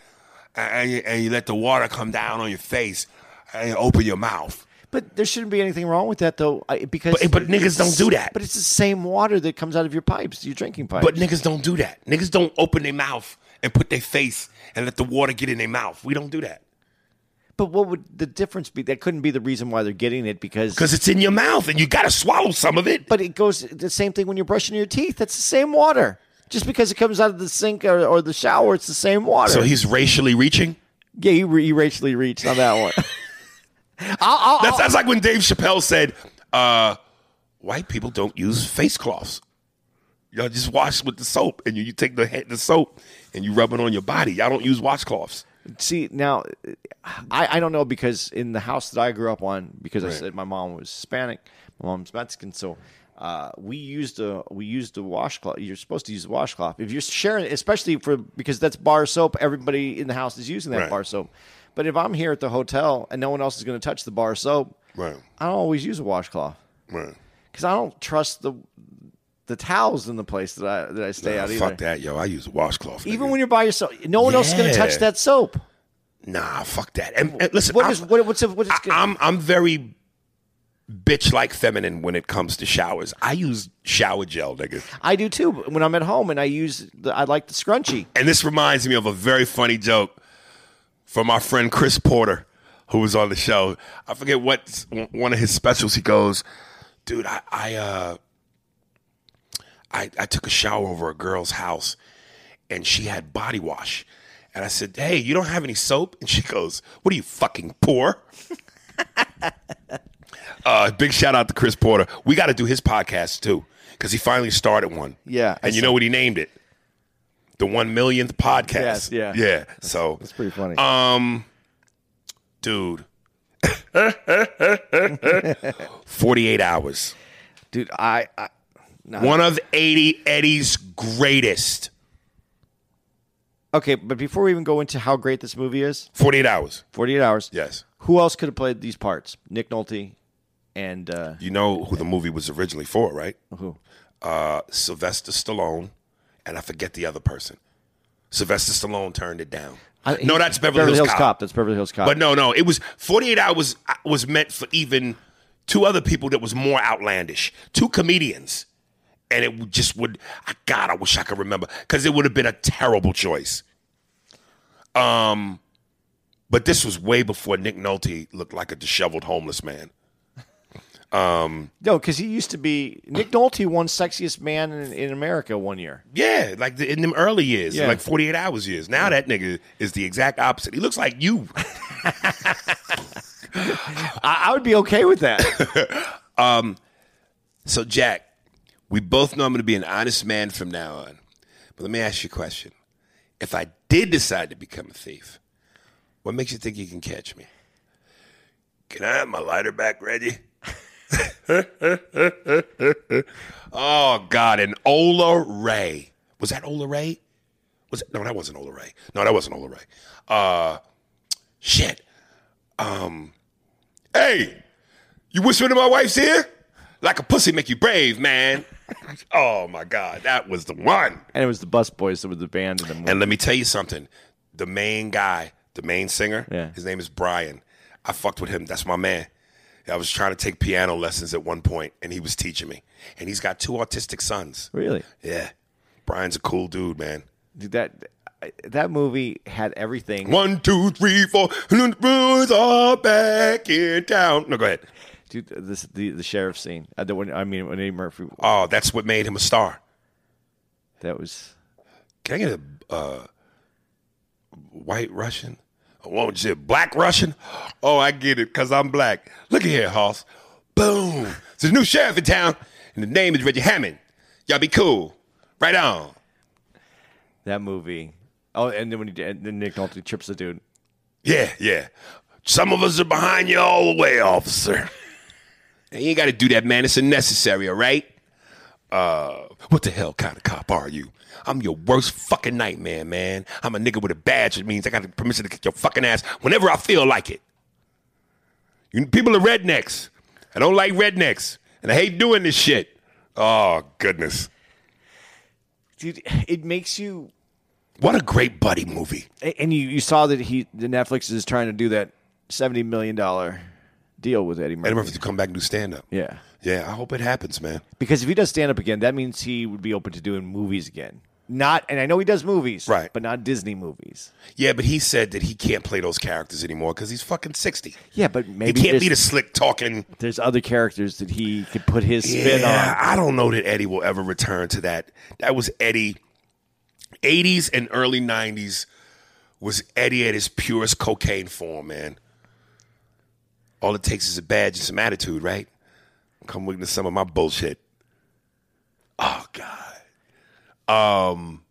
and and you, and you let the water come down on your face, and you open your mouth.
But there shouldn't be anything wrong with that though, I- because
But- but niggas don't do that.
But it's the same water that comes out of your pipes, your drinking pipes.
But niggas don't do that. Niggas don't open their mouth and put their face and let the water get in their mouth. We don't do that
But what would the difference be? That couldn't be the reason why they're getting it because.
because it's in your mouth and you got to swallow some of it.
but it goes the same thing when you're brushing your teeth. That's the same water. Just because it comes out of the sink or, or the shower, it's the same water.
So he's racially reaching.
yeah, you, re- you racially reached on that one. I'll, I'll,
That sounds like when Dave Chappelle said, uh, "White people don't use face cloths. Y'all just wash with the soap, and you, you take the head, the soap and you rub it on your body. Y'all don't use washcloths."
see now. I, I don't know because in the house that I grew up on, because I
Right.
said my mom was Hispanic, my mom's Mexican, so. Uh, we used a we used a washcloth. You're supposed to use a washcloth if you're sharing, especially for because that's bar soap. Everybody in the house is using that
Right.
bar soap. But if I'm here at the hotel and no one else is going to touch the bar soap,
Right.
I don't always use a washcloth
Right.
because I don't trust the the towels in the place that I that I stay at either.
fuck that, yo. I use a washcloth.
Even
nigga.
when you're by yourself, no one else is going
Yeah.
to touch that soap.
nah, fuck that. And, and listen,
What
I'm-
is what, what's a, what is?
I, I'm I'm very bitch like feminine when it comes to showers. I use shower gel, nigga.
I do too but when I'm at home and I use the, I like the scrunchie.
And this reminds me of a very funny joke from our friend Chris Porter. who was on the show. I forget what one of his specials. He goes, dude, I I uh, I, I took a shower over a girl's house, and she had body wash, and I said, hey, you don't have any soap, and she goes, what are you fucking poor? uh, big shout out to Chris Porter. We got to do his podcast too because he finally started one.
Yeah, I
and you
saw-
know what he named it? The one millionth
Yes,
podcast.
yeah.
yeah. So
It's pretty funny.
Um, dude. 48 hours.
Dude, I, I
One of 80 Eddie's greatest.
okay, but before we even go into how great this movie is,
48 hours.
48 hours.
Yes.
Who else could have played these parts? Nick Nolte and uh
You know who the movie was originally for, right?
who?
Uh, Sylvester Stallone, and I forget the other person. Sylvester Stallone turned it down.
I-
no,
he-
that's Beverly, Hills Cop.
That's Beverly Hills Cop.
But no, no, it was 48 hours uh, was meant for even two other people that was more outlandish, two comedians. And it would- just would, I- God, I wish I could remember because it would have been a terrible choice. Um, but this was way before Nick Nolte looked like a disheveled homeless man.
No, because he used to be Nick Nolte won Sexiest Man in, in America one year.
Yeah, like the, in them early years,
Yeah.
like 48 hours years. Now that nigga is the exact opposite. He looks like you.
I, I would be okay with that.
So, Jack, we both know I'm going to be an honest man from now on. But let me ask you a question. If I did decide to become a thief, what makes you think you can catch me? Can I have my lighter back, Reggie? oh, God. And Ola Ray. Was that Ola Ray? Was it? No, that wasn't Ola Ray. No, that wasn't Ola Ray. Uh, shit. Um, hey, you whispering to my wife's ear? Like a pussy make you brave, man. oh my God, that was the one.
and it was the Bus Boys that were the band in the movie.
And let me tell you something. The main guy, the main singer,
Yeah.
his name is Brian. I fucked with him. That's my man. I was trying to take piano lessons at one point and he was teaching me. And he's got two autistic sons.
really,
Yeah. Brian's a cool dude, man.
Dude, that I- that movie had everything.
One, two, three, four. The Bruins are back in town. No, go ahead.
Dude, this the the sheriff scene. I, don't, I mean, when Eddie Murphy.
Oh, that's what made him a star.
That was
Can I get a uh, white Russian? I want you black Russian. Oh, I get it, cause I'm black. Look at here, Hoss. Boom. There's a new sheriff in town, and the name is Reggie Hammond. Y'all be cool. Right on.
that movie. Oh, and then when he did- and then Nick Nolte trips the dude.
Yeah, yeah. Some of us are behind you all the way, officer. And you ain't got to do that, man. It's unnecessary, all right? Uh, what the hell kind of cop are you? I'm your worst fucking nightmare, man. I'm a nigga with a badge, which means I got the permission to kick your fucking ass whenever I feel like it. You people are rednecks. I don't like rednecks, and I hate doing this shit. Oh goodness,
Dude, it makes you.
what a great buddy movie.
a- And you, you saw that he the Netflix is trying to do that seventy million dollar deal with Eddie Murphy.
Eddie Murphy to come back and do stand up.
Yeah.
yeah. I hope it happens, man.
Because if he does stand up again, that means he would be open to doing movies again. Not, and I know he does movies,
Right.
But not Disney movies.
Yeah, but he said that he can't play those characters anymore because he's fucking sixty.
Yeah, but maybe
he can't be the
there's,
slick talking.
there's other characters that he could put his spin
yeah,
on.
I don't know that Eddie will ever return to that. That was Eddie. Eighties and early nineties was Eddie at his purest cocaine form, man. All it takes is a badge and some attitude, right? Come witness some of my bullshit. Oh God. Um.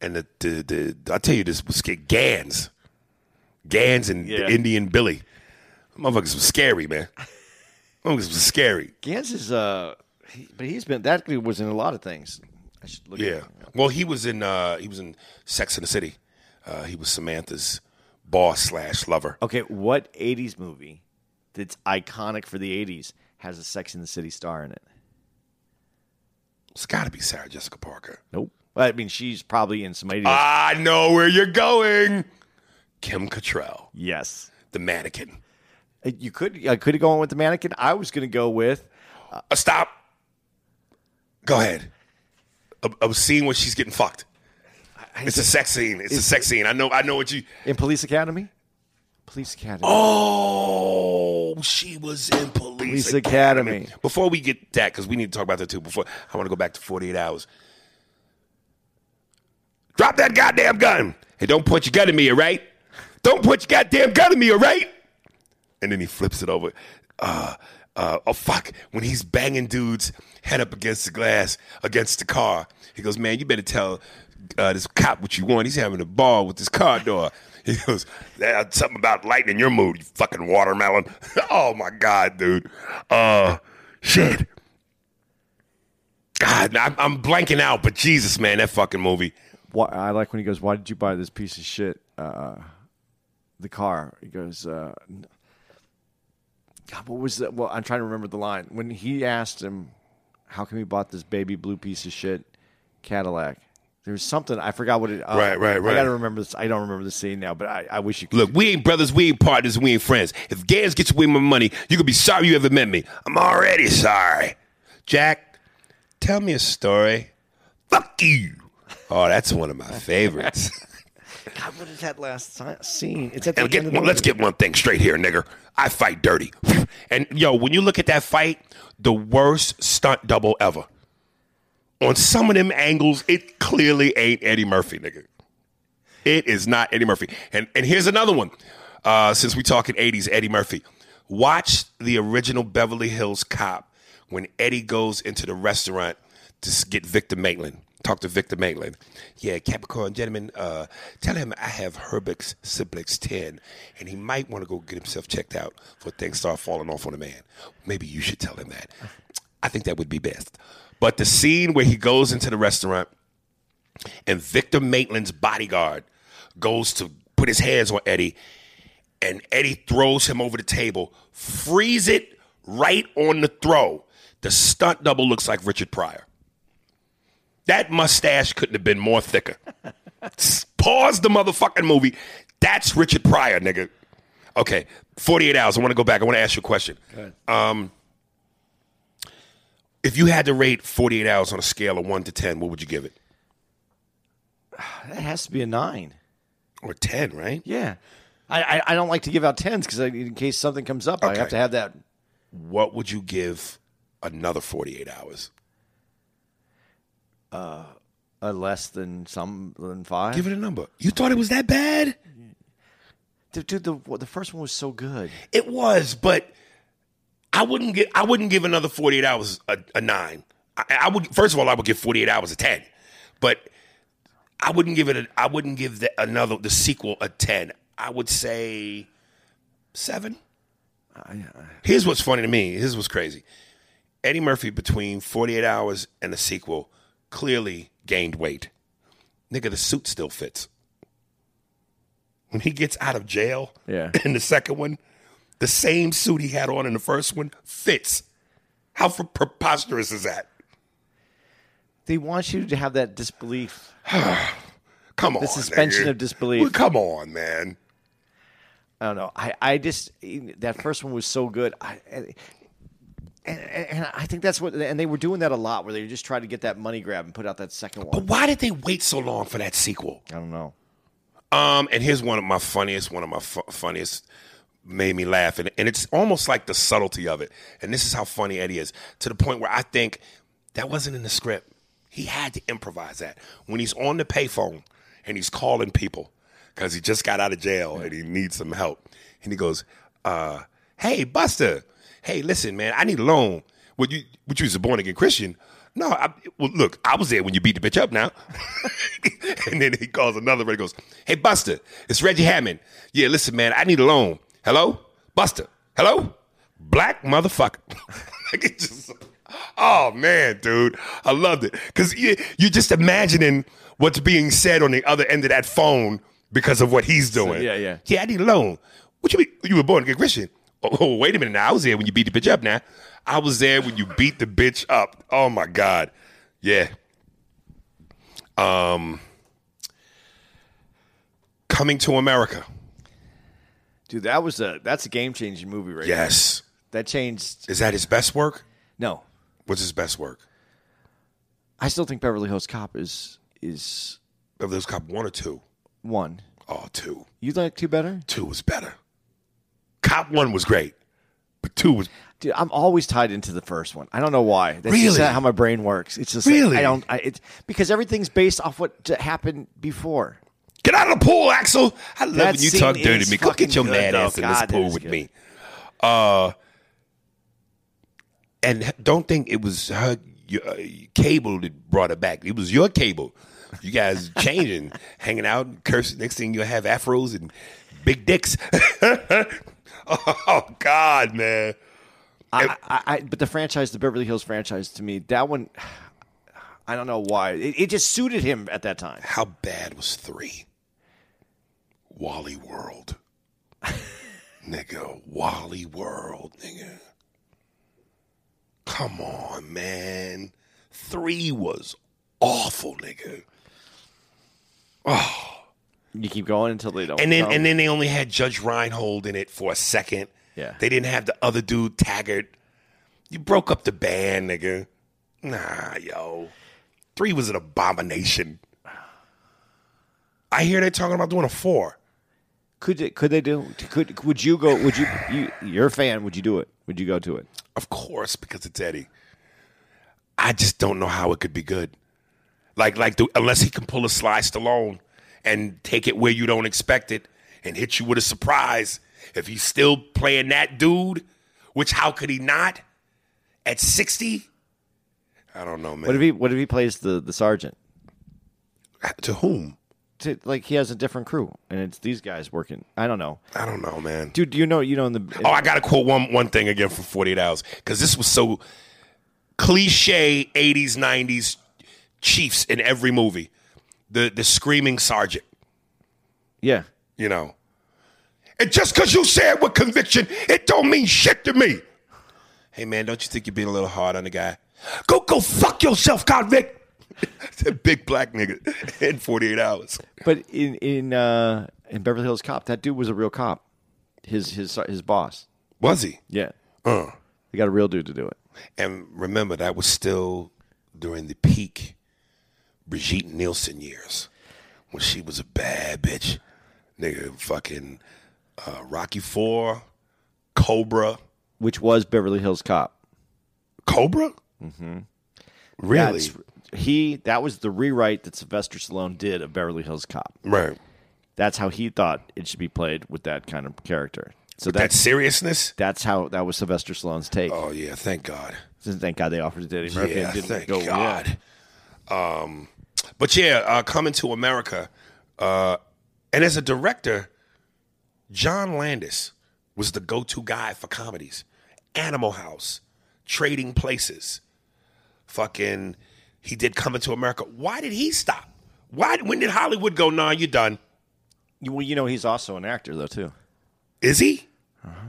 And the the, the I tell you this was Gans, Gans and
Yeah.
the Indian Billy. Motherfuckers was scary, man. Motherfuckers was scary.
Gans is uh, he, but he's been that dude was in a lot of things. I should look.
Yeah.
at
Well, he was in uh he was in Sex in the City. Uh he was Samantha's boss slash lover.
Okay, what '80s movie that's iconic for the '80s has a Sex in the City star in it?
It's got to be Sarah Jessica Parker.
Nope. Ah. Well, I mean, she's probably in some '80s.
I know where you're going. Kim Cattrall,
yes.
the mannequin.
Uh, You could I could have gone with the mannequin. I was going to go with
Uh, stop. Go ahead. A, a scene where she's getting fucked. It's a sex scene. It's a sex scene. I know. I know what you.
in Police Academy. Police Academy.
Oh, she was in Police,
Police Academy.
Before we get that, because we need to talk about that too. Before I want to go back to Forty Eight Hours. Drop that goddamn gun! Hey, don't point your gun at me, all right? Don't point your goddamn gun at me, all right? And then he flips it over. Uh, uh, oh fuck! When he's banging dudes head up against the glass, against the car, he goes, "Man, you better tell uh, this cop what you want." He's having a ball with this car door. He goes, "That's something about lightening your mood, you fucking watermelon." oh my god, dude! Uh, shit. God, I'm, I'm blanking out, but Jesus, man, that fucking movie.
Why, I like when he goes, "Why did you buy this piece of shit?" Uh, the car. He goes, uh, n- God, "What was that?" Well, I'm trying to remember the line when he asked him, "How come he bought this baby blue piece of shit Cadillac?" There was something I forgot what it. Uh,
Right, right,
I
right.
gotta remember this. I don't remember the scene now, but I, I wish you could.
Look, we ain't brothers, we ain't partners, we ain't friends. If Gans gets away with my money, you could be sorry you ever met me. I'm already sorry. Jack, tell me a story. Fuck you. Oh, that's one of my favorites.
God, what is that last si- scene? It's at the
and
end
get
of the
one, let's get one thing straight here, nigger. I fight dirty. And yo, when you look at that fight, the worst stunt double ever. On some of them angles, it clearly ain't Eddie Murphy, nigga. It is not Eddie Murphy. And and here's another one. Uh, since we talking 80s, Eddie Murphy. Watch the original Beverly Hills Cop when Eddie goes into the restaurant to s- get Victor Maitland. Talk to Victor Maitland. Yeah, Capricorn gentlemen, uh, tell him I have Herbeck's Siblex 10, and he might want to go get himself checked out before things start falling off on a man. Maybe you should tell him that. I think that would be best. But the scene where he goes into the restaurant and Victor Maitland's bodyguard goes to put his hands on Eddie, and Eddie throws him over the table, frees it right on the throw. The stunt double looks like Richard Pryor. That mustache couldn't have been more thicker. Pause the motherfucking movie. That's Richard Pryor, nigga. Okay, 48 hours. I want to go back. I want to ask you a question. Um, if you had to rate 48 hours on a scale of 1 to 10, what would you give it?
That has to be a nine.
Or 10, right?
Yeah, I I, I don't like to give out tens because in case something comes up, I
Okay.
have to have that.
what would you give another 48 hours?
A uh, less than some than five.
Give it a number. You thought it was that bad?
Dude, dude, the the first one was so good.
It was, but I wouldn't get I wouldn't give another 48 hours a, a 9. I, I would first of all I would give 48 hours a 10. But I wouldn't give it a, I wouldn't give the, another the sequel a 10. I would say 7. Here's what's funny to me. Here's what's crazy. Eddie Murphy between 48 hours and the sequel clearly gained weight. Nigga, the suit still fits. When he gets out of jail
Yeah.
in the second one, the same suit he had on in the first one fits. How for preposterous is that?
They want you to have that disbelief.
Come on.
suspension
nigga.
of disbelief.
Well, come on, man.
I don't know. I, I just e, that first one was so good. I, and, and, and I think that's what. And they were doing that a lot, where they just tried to get that money grab and put out that second
But
one.
why did they wait so long for that sequel?
I don't know.
Um, and here's one of my funniest, one of my fu- funniest made me laugh, and, and it's almost like the subtlety of it. And this is how funny Eddie is to the point where I think that wasn't in the script. He had to improvise that when he's on the payphone and he's calling people because he just got out of jail and he needs some help. And he goes, uh, "Hey, Buster, hey, listen, man, I need a loan. Would you? Would you was a born again Christian?" No, I, well, look, I was there when you beat the bitch up now. and then he calls another and goes, Hey, Buster, it's Reggie Hammond. Yeah, listen, man, I need a loan. Hello? Buster. Hello? Black motherfucker. like it just, oh, man, dude. I loved it. Because you, you're just imagining what's being said on the other end of that phone because of what he's doing.
yeah, yeah.
Yeah, I need a loan. What you mean? You were born a good Christian. Oh, oh, wait a minute. Now I was there when you beat the bitch up. Now I was there when you beat the bitch up. Oh my God. Yeah. Um, coming to America.
Dude, that was a that's a game changing movie, right? there.
Yes.
that changed.
Is that his best work?
No,
What's his best work?
I still think Beverly Hills Cop is is
Of those cop one or two?
one.
Oh, two.
You like two better?
Two was better. Cop one was great, but two was
Dude, I'm always tied into the first one. I don't know why. That's just
Really?
not how my brain works. It's just like,
Really?
I don't. I, it's because everything's based off what t- happened before.
get out of the pool, Axel. I love
That
when you
scene
talk dirty
is
to me. Come
fucking
get your
good,
mad
though.
ass in
God,
this
that
pool
is
with
good.
me. Uh, and don't think it was her your, uh, cable that brought her back. It was your cable. You guys changing, hanging out, and cursing. Next thing you'll have afros and big dicks. oh God, man.
I, I, I, but the franchise, the Beverly Hills franchise, to me, that one, I don't know why. It, it just suited him at that time.
How bad was three? Wally World. nigga, Wally World, nigga. Come on, man. Three was awful, nigga.
You keep going until they don't.
And then
no.
and then they only had Judge Reinhold in it for a second.
Yeah.
They didn't have the other dude, Taggart. You broke up the band, nigga. Nah, yo. Three was an abomination. I hear they're talking about doing a four.
could they, could they do? Could would you go? Would you, you? You're a fan. Would you do it? Would you go to it?
Of course, because it's Eddie. I just don't know how it could be good. Like, like the, unless he can pull a Sly Stallone and take it where you don't expect it and hit you with a surprise. If he's still playing that dude, which how could he not? At sixty, I don't know, man.
What if he? What if he plays the the sergeant?
to whom?
To, like he has a different crew, and it's these guys working. I don't know,
I don't know, man.
dude. Do you know? You know in the
Oh, I gotta quote one one thing again for 48 hours because this was so cliche 80s, 90s chiefs in every movie. The the screaming sergeant,
yeah.
you know. And just cause you say it with conviction, it don't mean shit to me. Hey man, don't you think you're being a little hard on the guy? Go go fuck yourself, convict. that big black nigga in 48 hours.
But in in uh, in Beverly Hills Cop, that dude was a real cop. His his his boss.
Was he?
Yeah,
Uh.
they got a real dude to do it.
And remember, that was still during the peak Brigitte Nielsen years when she was a bad bitch. Nigga, fucking uh, Rocky Four, Cobra.
Which was Beverly Hills Cop.
Cobra? Mm-hmm. Really?
That's, he that was the rewrite that Sylvester Stallone did of Beverly Hills Cop.
right.
That's how he thought it should be played with that kind of character. So
That
that's
seriousness?
that's how that was Sylvester Stallone's take.
Oh, yeah, thank God.
Thank God they offered it to Eddie Murphy
Yeah,
and didn't
thank
go.
God.
Yeah.
Um, but yeah, uh, coming to America, uh, and as a director, John Landis was the go-to guy for comedies. Animal House, Trading Places, fucking. He did Coming to America. Why did he stop? Why? When did Hollywood go? Nah, you're done.
You- Well, you know he's also an actor though too.
Is he?
Uh-huh.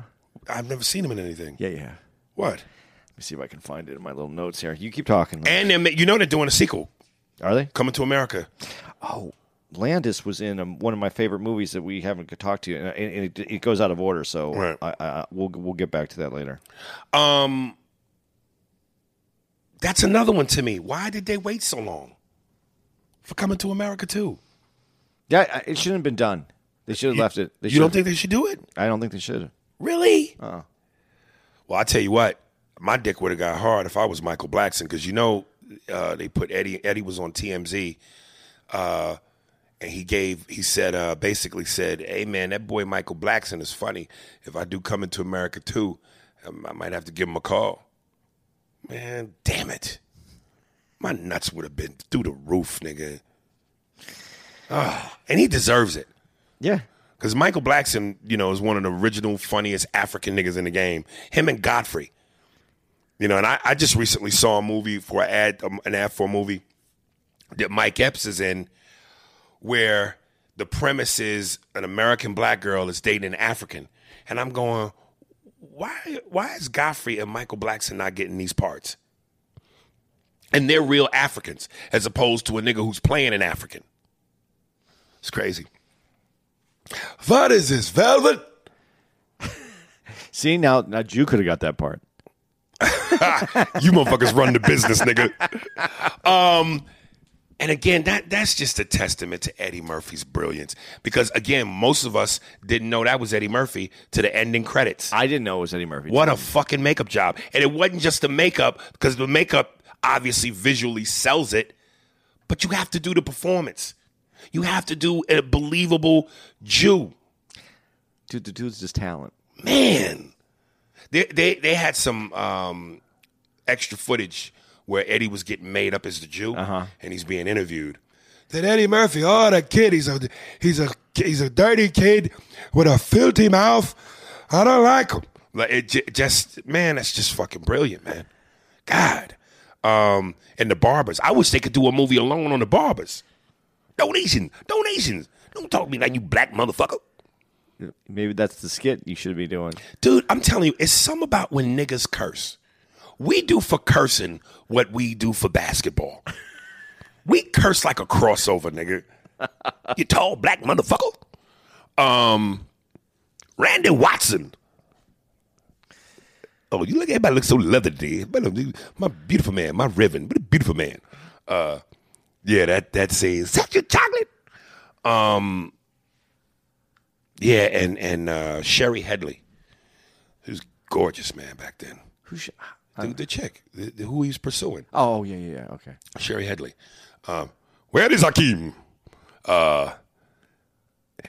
I've never seen him in anything.
Yeah, yeah.
What?
Let me see if I can find it in my little notes here. You keep talking.
And they're, ma- you know they're doing a sequel,
Are they?
Coming to America.
Landis was in um, one of my favorite movies that we haven't talked to, and, and it, it goes out of order. So
Right.
I, I, we'll we'll get back to that later.
Um, that's another one to me. Why did they wait so long for coming to America too?
Yeah, I- it shouldn't have been done. They should have left it. They
You don't
should-
think they should do it?
I don't think they should. have.
Really? Uh-uh. Well, I tell you what, my dick would have got hard if I was Michael Blackson because you know uh, they put Eddie. Eddie was on TMZ, uh, and he gave he said uh, basically said, "Hey man, that boy Michael Blackson is funny. If I do come into America too, um, I might have to give him a call." Man, damn it, my nuts would have been through the roof, nigga. Ah, and he deserves it.
Yeah,
Because Michael Blackson, you know, is one of the original funniest African niggas in the game. Him and Godfrey. You know, and I, I just recently saw a movie for an ad, um, an ad for a movie that Mike Epps is in where the premise is an American black girl is dating an African. And I'm going, why why is Godfrey and Michael Blackson not getting these parts? And they're real Africans as opposed to a nigga who's playing an African. It's crazy. What is this, Velvet?
See now, now you could have got that part.
You motherfuckers run the business, nigga. Um, And again, that that's just a testament to Eddie Murphy's brilliance. Because again, most of us didn't know that was Eddie Murphy to the ending credits.
I didn't know it was Eddie Murphy.
What a fucking makeup job. And it wasn't just the makeup, because the makeup obviously visually sells it, but you have to do the performance. You have to do a believable Jew.
Dude, the dude's just talent.
Man. They they, they had some um, extra footage where Eddie was getting made up as the Jew and he's being interviewed. Then Eddie Murphy, oh that kid, he's a he's a he's a dirty kid with a filthy mouth. I don't like him. Like it j- just man, that's just fucking brilliant, man. God. Um, and the barbers. I wish they could do a movie alone on the barbers. Donations, donations. Don't talk to me like you black motherfucker.
Maybe that's the skit you should be doing.
Dude, I'm telling you, it's some about when niggas curse. We do for cursing what we do for basketball. We curse like a crossover, nigga. You tall black motherfucker. Um, Randy Watson. Oh, you look everybody looks so leather today. But, uh, My beautiful man, my Reverend, what a beautiful man. Uh, yeah, that that says such your chocolate. Um, yeah, and and uh, Sherry Headley, who's gorgeous man back then.
Who should?
The, the chick, the, the- who he's pursuing,
Oh yeah, yeah, yeah. Okay.
Sherry Headley. Um, where is Akeem? Uh,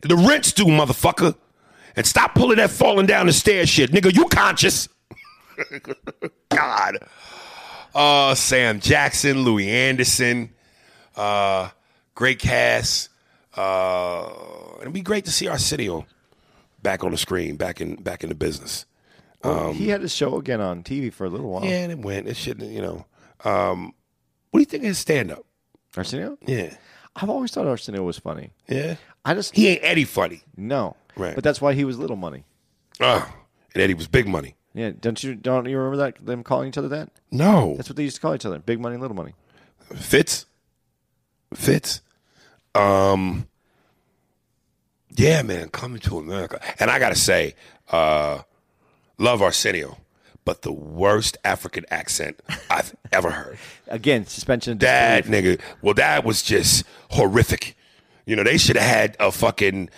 the rent's due, motherfucker. And stop pulling that falling down the stairs shit. Nigga, you conscious. God. Uh, Sam Jackson, Louis Anderson. Uh, great cast. Uh, it'd be great to see Arsenio back on the screen, back in back in the business.
he had his show again on TV for a little while.
Um, Yeah, and it went. It shouldn't, you know. Um, what do you think of his stand up?
Arsenio.
Yeah.
I've always thought Arsenio was funny.
Yeah.
I just
He ain't Eddie funny.
no.
Right.
But that's why he was Little Money.
Oh, and Eddie was big money.
Yeah. Don't you don't you remember that them calling each other that?
No.
That's what they used to call each other: Big Money, Little Money.
Fitz. Fitz. Um. Yeah, man, coming to America. And I gotta say, uh, love Arsenio, but the worst African accent I've ever heard.
Again, suspension. of
That
disbelief.
nigga. Well, that was just horrific. You know, they should have had a fucking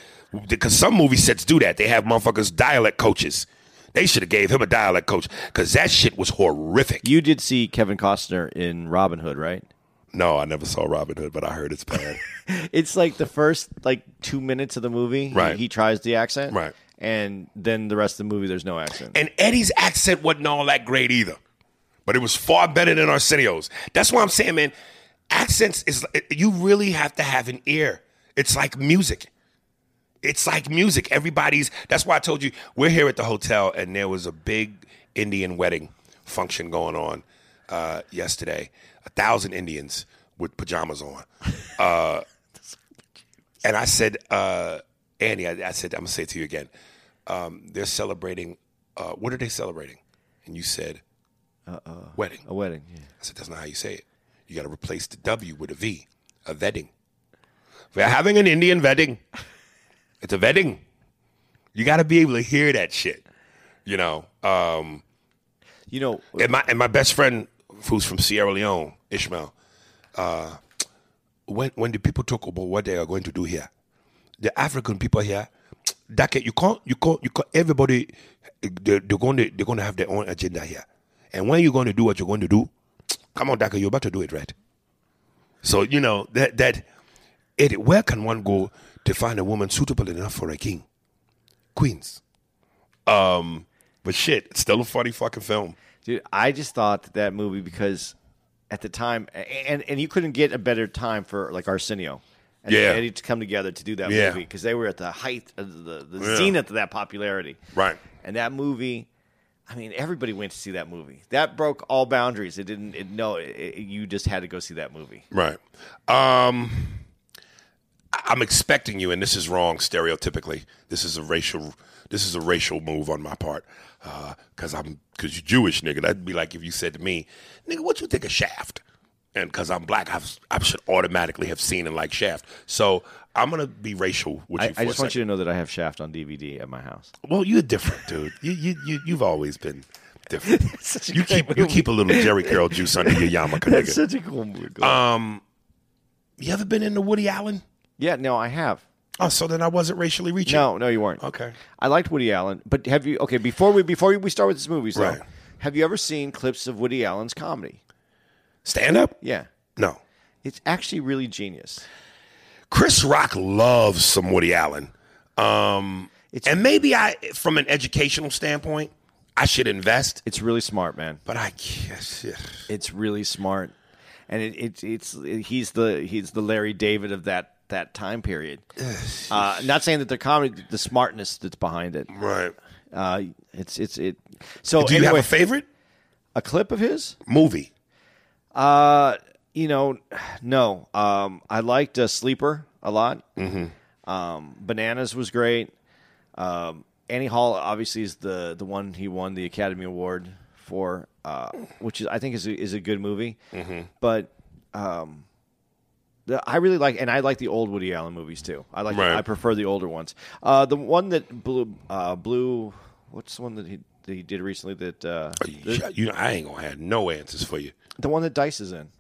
because some movie sets do that. They have motherfuckers dialect coaches. They should have gave him a dialect coach because that shit was horrific.
You did see Kevin Costner in Robin Hood, right?
No, I never saw Robin Hood, but I heard it's bad.
It's like the first like two minutes of the movie. he-
Right.
He, tries the accent.
Right.
And then the rest of the movie, there's no accent.
and Eddie's accent wasn't all that great either, but it was far better than Arsenio's. That's why I'm saying, man, accents is you really have to have an ear. It's like music. It's like music. Everybody's. That's why I told you we're here at the hotel, and there was a big Indian wedding function going on uh, yesterday. A thousand Indians with pajamas on. Uh, and I said, uh, Andy, I, I said, I'm gonna say it to you again. Um, they're celebrating. Uh, what are they celebrating? And you said, uh wedding.
A wedding. Yeah.
I said, that's not how you say it. You got to replace the W with a V, a wedding. We're having an Indian wedding. It's a wedding. You got to be able to hear that shit. You know, um,
You know,
and my and my best friend who's from Sierra Leone, Ishmael. Uh, when when the people talk about what they are going to do here, the African people here, that can, you can't you can't you can't everybody they're, they're going to they're going to have their own agenda here, and when you're going to do what you're going to do, come on, Daka, you're about to do it right. So you know that that it where can one go to find a woman suitable enough for a king, queens, um. But shit, it's still a funny fucking film.
Dude, I just thought that, that movie because at the time, a- and and you couldn't get a better time for like Arsenio. And
Yeah.
Eddie to come together to do that
Yeah.
movie because they were at the height, of the, the
Yeah.
zenith of that popularity.
Right.
And that movie, I mean, everybody went to see that movie. That broke all boundaries. It didn't, it, no, it, it- you just had to go see that movie.
Right. Um, I- I'm expecting you, and this is wrong stereotypically. This is a racial. This is a racial move on my part, because I'm because you're Jewish, nigga. That'd be like if you said to me, nigga, what you think of Shaft? And because I'm black, I've, I should automatically have seen and like Shaft. So I'm gonna be racial with
I,
you. For
I just
a
want
second.
you to know that I have Shaft on DVD at my house.
Well, you're different, dude. You you, you you've always been different.
Such a
you
great
keep you
movie.
keep a little Jerry Curl juice under your yarmulke, nigga.
That's such a cool movie.
You ever been into Woody Allen?
Yeah, no, I have.
Oh, so then I wasn't racially reaching.
No, no, you weren't.
Okay.
I liked Woody Allen, but have you? Okay, before we before we start with this movie, so
Right.
have you ever seen clips of Woody Allen's comedy?
Stand up?
Yeah,
No.
it's actually really genius.
Chris Rock loves some Woody Allen. Um,
It's-
and maybe I, from an educational standpoint, I should invest.
It's really smart, man.
But I guess yeah.
It's really smart, and it, it it's he's the he's the Larry David of that that time period. Uh, not saying that the comedy, the smartness that's behind it.
right.
Uh, it's it's it. So
Do you
anyway,
have a favorite
a clip of his.
movie?
Uh, you know, no. Um, I liked uh, Sleeper a lot. Mm-hmm. Um, Bananas was great. Um, Annie Hall obviously is the the one he won the Academy Award for, uh, which is I think is a, is a good movie. But um, the, I really like and I like the old Woody Allen movies too. I like
Right.
I prefer the older ones. Uh, the one that blew uh, blew what's the one that he that he did recently that uh, the,
Oh, You know, I ain't gonna have no answers for you.
the one that Dice is in.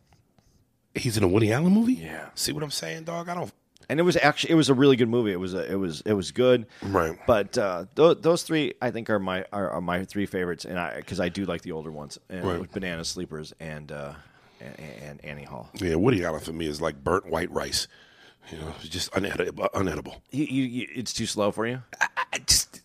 He's in a Woody Allen movie. Yeah. See what I'm saying, dog? I don't.
and it was actually it was a really good movie. It was a, it was it was good.
Right.
But uh, th- those three I think are my are, are my three favorites, and I because I do like the older ones, and
Right.
with Banana Sleepers and uh, and, and Annie Hall.
Yeah, Woody Allen for me is like burnt white rice. You know, it's just unedible. unedible.
You, you, you, it's too slow for you.
I, I just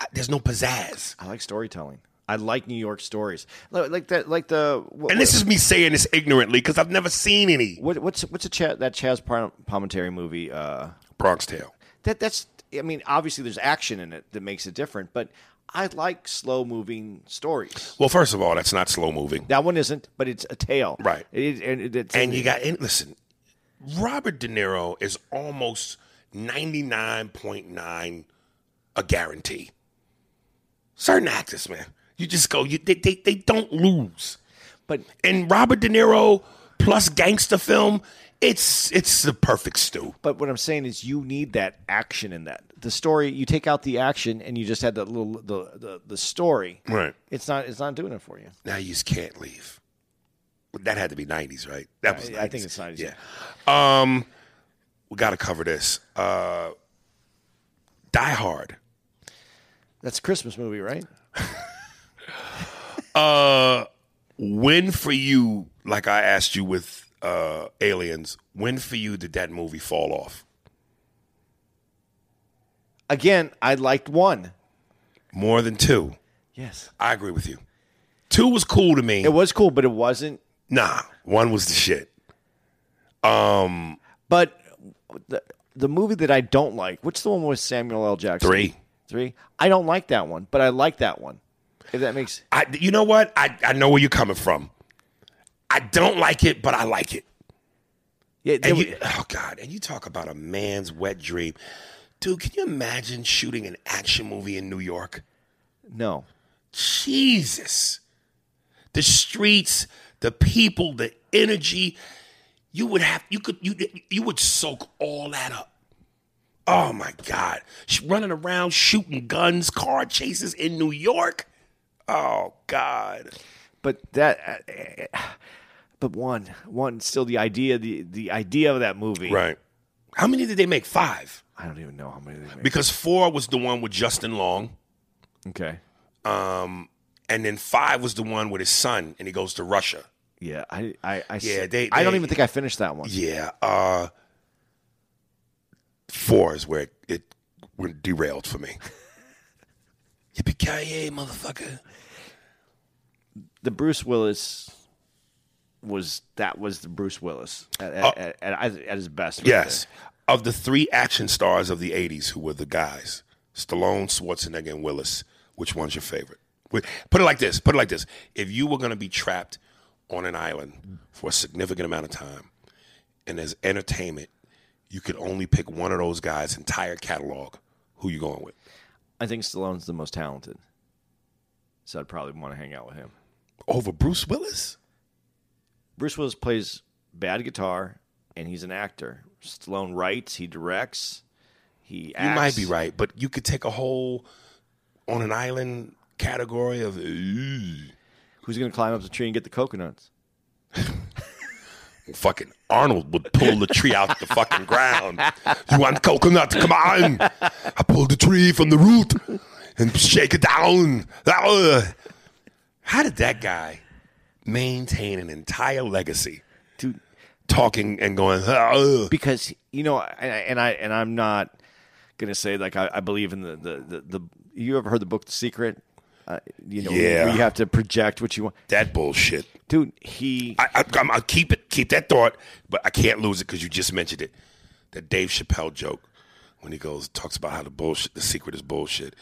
I- there's no pizzazz.
I like storytelling. I like New York stories, Li- like that, like the. What,
And this is me saying this ignorantly because I've never seen any
what, what's what's a Chaz, that Chaz Pal- Palminteri movie? Uh,
Bronx Tale.
that that's I mean, obviously there's action in it that makes it different, but I like slow moving stories.
Well, first of all, that's not slow moving.
That one isn't, but it's a tale,
Right.
It, and it- it's,
And you got and listen, Robert De Niro is almost ninety nine point nine a guarantee. Certain actors, man, you just go. You, they, they they don't lose.
but
And Robert De Niro plus gangster film, it's it's the perfect stew.
but what I'm saying is you need that action in that the story. You take out the action and you just had that little the the, the story.
Right.
It's not it's not doing it for you.
Now you just can't leave. That had to be nineties, right? That was. 90s.
I think it's 90s.
Yeah. Um, we got to cover this. Uh, Die Hard.
That's a Christmas movie, right?
When for you, like I asked you with uh, Aliens, when for you did that movie fall off?
Again, I liked one.
More than two.
Yes,
I agree with you. Two was cool to me.
it was cool, but it wasn't.
nah, one was the shit.
But the the movie that I don't like, what's the one with Samuel L. Jackson?
Three.
three. I don't like that one, but I like that one. If that makes
I, you know what? I, I know where you're coming from. I don't like it, but I like it.
yeah,
And
there
you,
were-
oh God! And you talk about a man's wet dream, dude. Can you imagine shooting an action movie in New York?
no.
Jesus, the streets, the people, the energy. You would have you could you you would soak all that up. Oh my God! Sh- Running around, shooting guns, car chases in New York. Oh God!
but that uh, but one one still the idea the the idea of that movie
Right. How many did they make? Five.
i don't even know how many they made
Because four was the one with Justin Long.
okay
and then five was the one with his son, and he goes to Russia.
yeah i i i, s-
Yeah, they-
I don't
they-
even think i finished that one
Yeah, uh, four is where it, it went derailed for me. Yippee ki motherfucker!
the bruce willis was that was the bruce willis at, at, at, at- at his best right
Oh. Yes, of the three action stars of the '80s, who were the guys: Stallone, Schwarzenegger, and Willis. Which one's your favorite? Wait, Put it like this. Put it like this. If you were going to be trapped on an island for a significant amount of time, and as entertainment, you could only pick one of those guys' entire catalog. Who you going with?
there. i think stallone's the most talented so i'd probably want to hang out with him
Over Bruce Willis?
bruce willis plays bad guitar and he's an actor stallone writes he directs he
You
acts.
might be right, but you could take a whole on an island category of. "Ooh."
Who's going to climb up the tree and get the coconuts?
Fucking Arnold would pull the tree out the fucking ground. You want coconut? Come on! I pull the tree from the root and shake it down. Ah. How did that guy maintain an entire legacy?
Dude.
Talking and going, ah.
because you know, and I and, I, and I'm not gonna say like I, I believe in the, the the the. You ever heard the book The Secret? Uh, you know,
Yeah.
where you have to project what you want,
that bullshit.
dude. He
I, I, I'm, I'll keep it, keep that thought, but I can't lose it because you just mentioned it. That Dave Chappelle joke when he goes talks about how the bullshit, the secret is bullshit.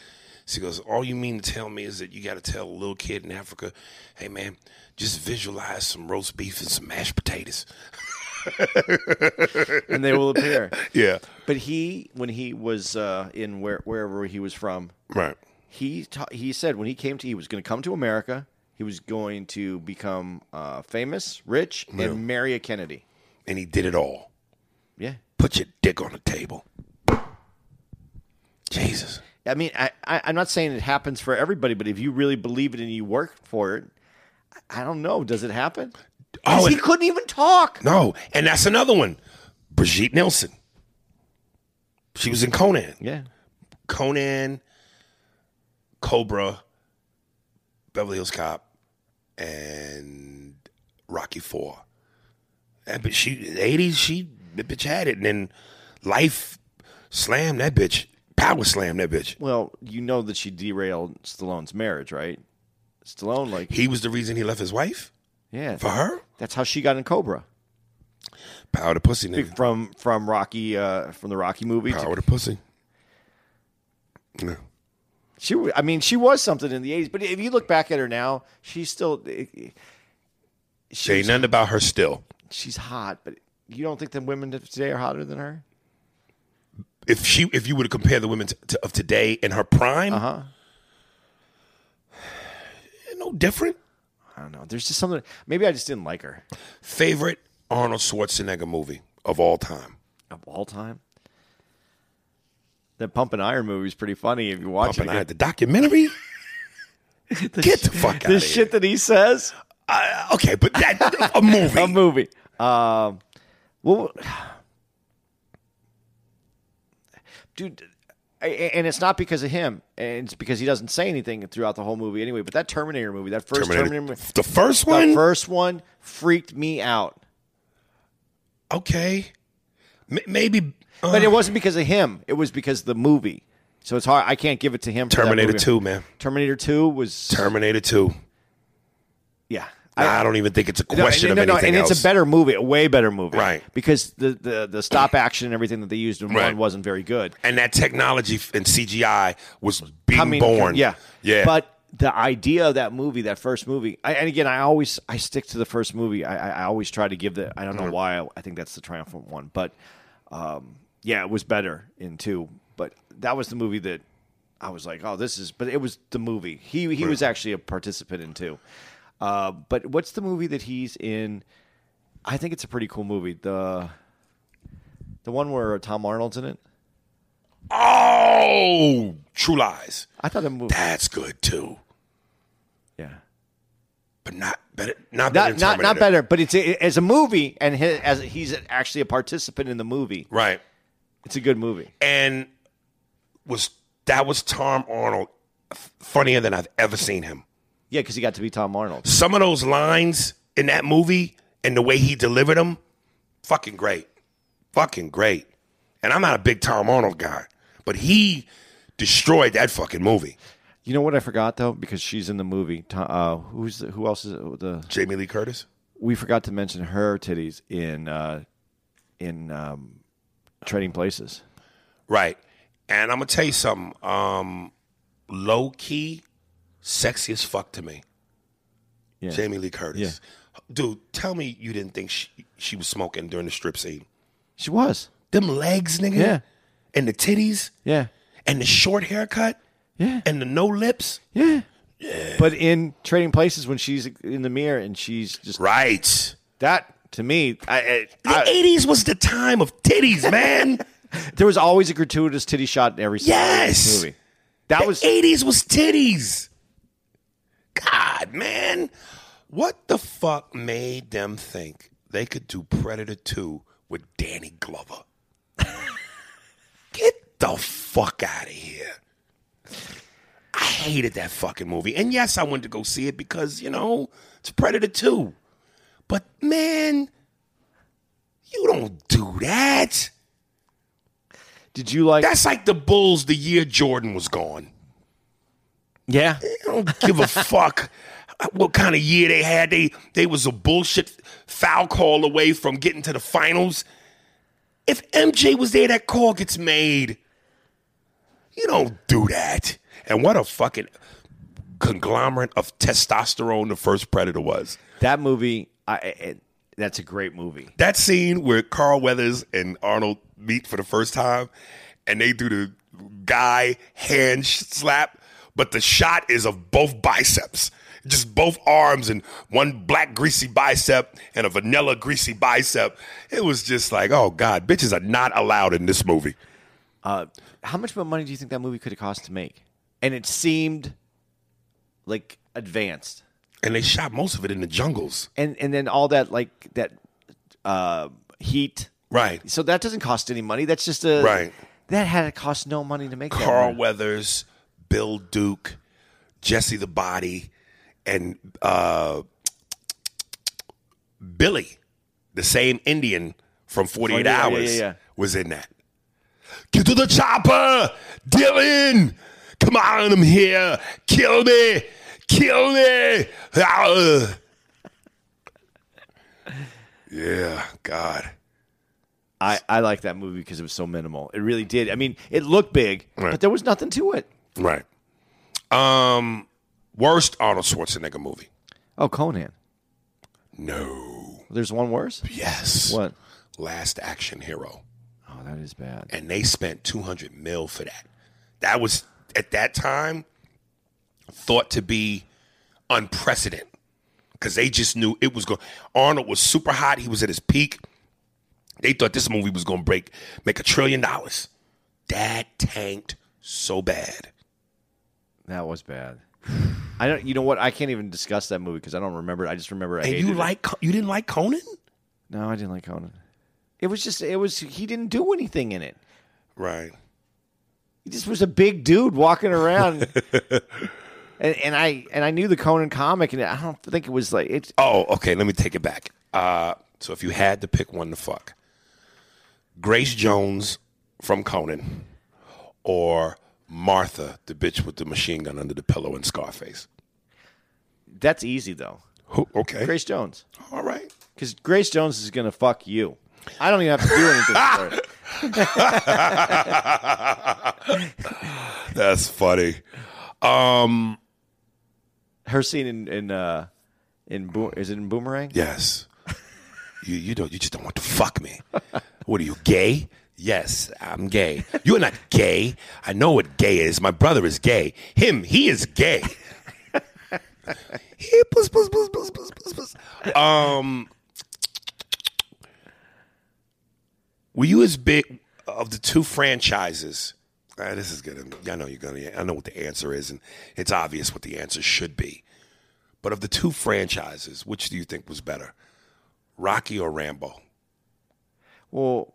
So he goes, all you mean to tell me is that you got to tell a little kid in Africa, hey man, just visualize some roast beef and some mashed potatoes.
and they will appear.
Yeah,
But he, when he was uh, in where wherever he was from,
right.
he ta- he said when he came to he was going to come to America. He was going to become uh, famous, rich,
Yeah.
and marry a Kennedy.
And he did it all.
Yeah,
Put your dick on the table. Jesus.
I mean, I, I I'm not saying it happens for everybody, but if you really believe it and you work for it, I- I don't know. Does it happen? 'Cause
Oh,
he
and-
couldn't even talk.
No, and that's another one. Brigitte Nelson. She was in Conan.
Yeah,
Conan, Cobra, Beverly Hills Cop, and Rocky Four. That bitch, she eighties, she the bitch had it, and then life slammed that bitch, power slammed that bitch.
Well, you know that she derailed Stallone's marriage, right? Stallone, like,
He was the reason he left his wife
yeah,
for her.
that's how she got in Cobra
Power the pussy, nigga.
from from Rocky uh, from the Rocky movie. to-
Power the pussy. Yeah.
she, wa- I mean, she was something in the '80s, but if you look back at her now, she's still eh,
There ain't
she's,
nothing about her still.
she's hot. But you don't think the women of today are hotter than her?
If she, if you were to compare the women t- to, of today in her prime,
Uh huh.
no different.
I don't know. There's just something. Maybe I just didn't like her
Favorite Arnold Schwarzenegger movie of all time?
of all time. That Pump and Iron movie is pretty funny if you watch
Pump and
it.
I had the documentary. Get the fuck out
the
of
shit that he says.
here. Uh, Okay, but that a movie.
a movie. Um, well, dude, I- and it's not because of him, and it's because he doesn't say anything throughout the whole movie anyway. But that Terminator movie, that first
Terminator.
Terminator, movie,
The first one.
the first one freaked me out.
okay, M- maybe. uh,
But it wasn't because of him; it was because of the movie. So it's hard. I can't give it to him. For that
Terminator
movie.
Two, man.
Terminator Two was
Terminator Two.
yeah.
I, don't even think it's a question of anything
and
else.
it's a better movie, a way better movie,
Right.
Because the, the, the stop action and everything that they used in
Right.
one wasn't very good.
and that technology f- and CGI was being
I mean,
born.
Yeah,
yeah.
But the idea of that movie, that first movie, I, and again, I always I stick to the first movie. I, I- I always try to give the. I
Mm-hmm.
don't know why. I, I think that's the triumphant one, but um, yeah, it was better in two. But that was the movie that I was like, oh, this is. But it was the movie. He he was actually a participant in two. Uh, but what's the movie that he's in? I think it's a pretty cool movie. The the one where Tom Arnold's in it.
oh, True Lies.
I thought that movie.
That's good too,
Yeah.
but not better. Not better.
not
than
not, not
Terminator.
better, but it's a, as a movie, and his, as he's actually a participant in the movie.
Right.
It's a good movie.
and was that was Tom Arnold f- funnier than I've ever seen him.
Yeah, because he got to be Tom Arnold.
Some of those lines in that movie and the way he delivered them, fucking great, fucking great. And I'm not a big Tom Arnold guy, but he destroyed that fucking movie.
You know what I forgot though, because she's in the movie. To- Uh, who's the, who else is the?
Jamie Lee Curtis,
We forgot to mention her titties in uh, in um, Trading Places.
right? And I'm gonna tell you something. Um, low key, sexy as fuck to me.
Yeah.
Jamie Lee Curtis, dude. Tell me you didn't think she, she was smoking during the strip scene.
She was.
Them legs, nigga.
Yeah.
And the titties.
Yeah.
And the short haircut.
Yeah.
And the no lips.
Yeah. But in Trading Places, when she's in the mirror and she's just
Right.
that to me, I,
The
I, I
80s was the time of titties, man.
there was always a gratuitous titty shot in every single
Yes!
movie. That
the
was
80s was titties. God, man. What the fuck made them think they could do Predator 2 with Danny Glover. Get the fuck out of here. I hated that fucking movie. And yes, I went to go see it because, you know, it's Predator 2. But man, you don't do that.
Did you like?
That's like the Bulls the year Jordan was gone.
yeah.
I don't give a fuck what kind of year they had. They they was a bullshit foul call away from getting to the finals. If MJ was there, that call gets made. You don't do that. And what a fucking conglomerate of testosterone the first Predator was.
That movie, I, it, that's a great movie.
That scene where Carl Weathers and Arnold meet for the first time, and they do the guy hand sh- slap, but the shot is of both biceps, just both arms, and one black greasy bicep and a vanilla greasy bicep. It was just like, oh god, bitches are not allowed in this movie.
Uh, how much more money do you think that movie could have cost to make? And it seemed like advanced,
And they shot most of it in the jungles,
and and then all that like that uh, heat.
right?
So that doesn't cost any money. That's just a
Right.
That had it cost no money to make. that
Carl
movie.
Weathers, Bill Duke, Jesse the Body, and uh, Billy, the same Indian from 48
yeah, yeah,
Hours,
yeah, yeah.
was in that. Get to the chopper, Dylan! Come on, I'm here. Kill me! Kill me! Ah. Yeah, God.
I I like that movie because it was so minimal. It really did. I mean, it looked big,
Right.
but there was nothing to it.
Right. Um, worst Arnold Schwarzenegger movie.
Oh, Conan.
No.
There's one worse.
Yes.
What?
Last Action Hero.
Oh, that is bad.
And they spent 200 mil for that. That was at that time thought to be unprecedented because they just knew it was going. Arnold was super hot. He was at his peak. They thought this movie was going to break, make a trillion dollars. That tanked so bad.
That was bad. I don't. You know what? I can't even discuss that movie because I don't remember. it. I just remember I
And
hated
you
it.
like Co- you didn't like Conan,
No, I didn't like Conan. It was just. It was. He didn't do anything in it.
right?
He just was a big dude walking around. and, and I and I knew the Conan comic, and I don't think it was like it.
Oh, okay. Let me take it back. Uh, so if you had to pick one to fuck, Grace Jones from Conan or Martha, the bitch with the machine gun under the pillow in Scarface.
That's easy though.
Who? Okay.
Grace Jones,
All right.
because Grace Jones is gonna fuck you. I don't even have to do anything for it.
That's funny.
Her scene in in uh, in Bo- is it in Boomerang?
Yes. You you don't you just don't want to fuck me. What are you gay? Yes, I'm gay. You're not gay. I know what gay is. My brother is gay. Him, he is gay. He- puss, puss, puss, puss, puss, puss, puss. Um, were you as big of the two franchises? Uh, this is gonna. I know you're gonna. I know what the answer is, and it's obvious what the answer should be. But of the two franchises, which do you think was better, Rocky or Rambo?
Well,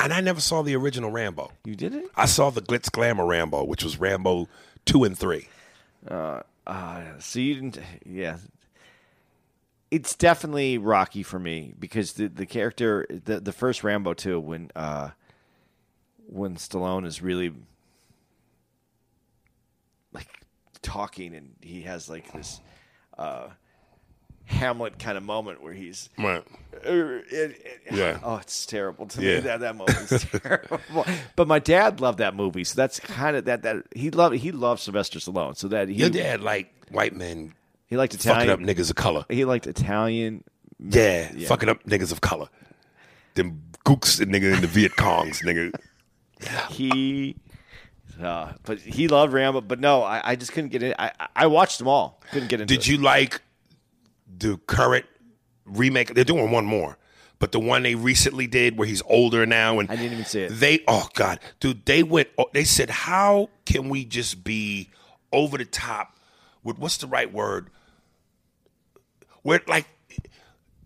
And I never saw the original Rambo.
you did it.
I saw the glitz glamour Rambo, which was Rambo two and three.
Uh, so you didn't, yeah. It's definitely Rocky for me because the the character, the the first Rambo too, when uh, when Stallone is really like talking and he has like this uh, Hamlet kind of moment where he's.
Right.
er, it- it-
Yeah.
Oh, it's terrible to
Yeah.
me. That that moment's terrible. But my dad loved that movie, so that's kind of that that he loved he loved Sylvester Stallone. So that he
Your dad like white men
he liked
fucking up
Italian.
niggas of color.
He liked Italian.
Yeah, fucking up niggas of color. Them gooks and nigga in the Viet Congs, nigga.
He, uh, but he loved Rambo. But no, I, I just couldn't get in. I, I- I watched them all. Couldn't get into.
Did you like the current remake? They're doing one more, but the one they recently did where he's older now and
I didn't even see it.
They oh god, dude, they went. oh, They said, how can we just be over the top with what's the right word? Where like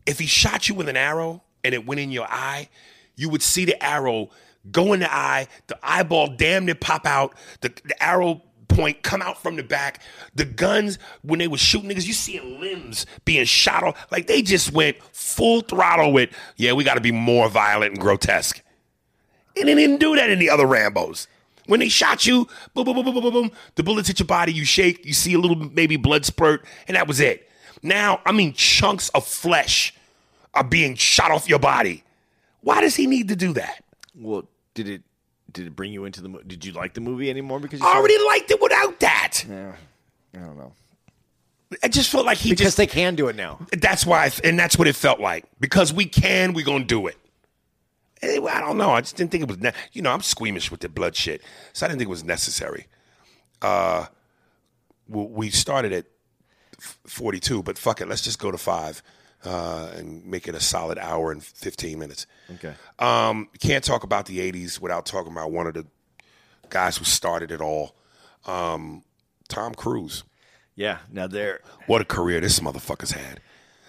if he shot you with an arrow and it went in your eye, you would see the arrow go in the eye, the eyeball damn near pop out, the, the arrow point come out from the back, the guns when they were shooting niggas, you seeing limbs being shot off. Like they just went full throttle with, yeah, we got to be more violent and grotesque. And they didn't do that in the other Rambos. When they shot you, boom, boom, boom, boom, boom, boom, boom, the bullets hit your body, you shake, you see a little maybe blood spurt, and that was it. Now, I mean, chunks of flesh are being shot off your body. Why does he need to do that?
Well, did it did it bring you into the? mo- Did you like the movie anymore? Because you
I
saw
already
it?
liked it without that.
Yeah, I don't know.
I just felt like he
Because
just.
they can do it now.
that's why, I- and that's what it felt like. Because we can, we're gonna do it. Anyway, I don't know. I just didn't think it was. Ne- you know, I'm squeamish with the blood shit, so I didn't think it was necessary. Uh, w- we started at f- 42, but fuck it, let's just go to five uh, and make it a solid hour and 15 minutes.
Okay.
Um, can't talk about the '80s without talking about one of the guys who started it all, um, Tom Cruise.
Yeah. Now they're
What a career this motherfucker's had.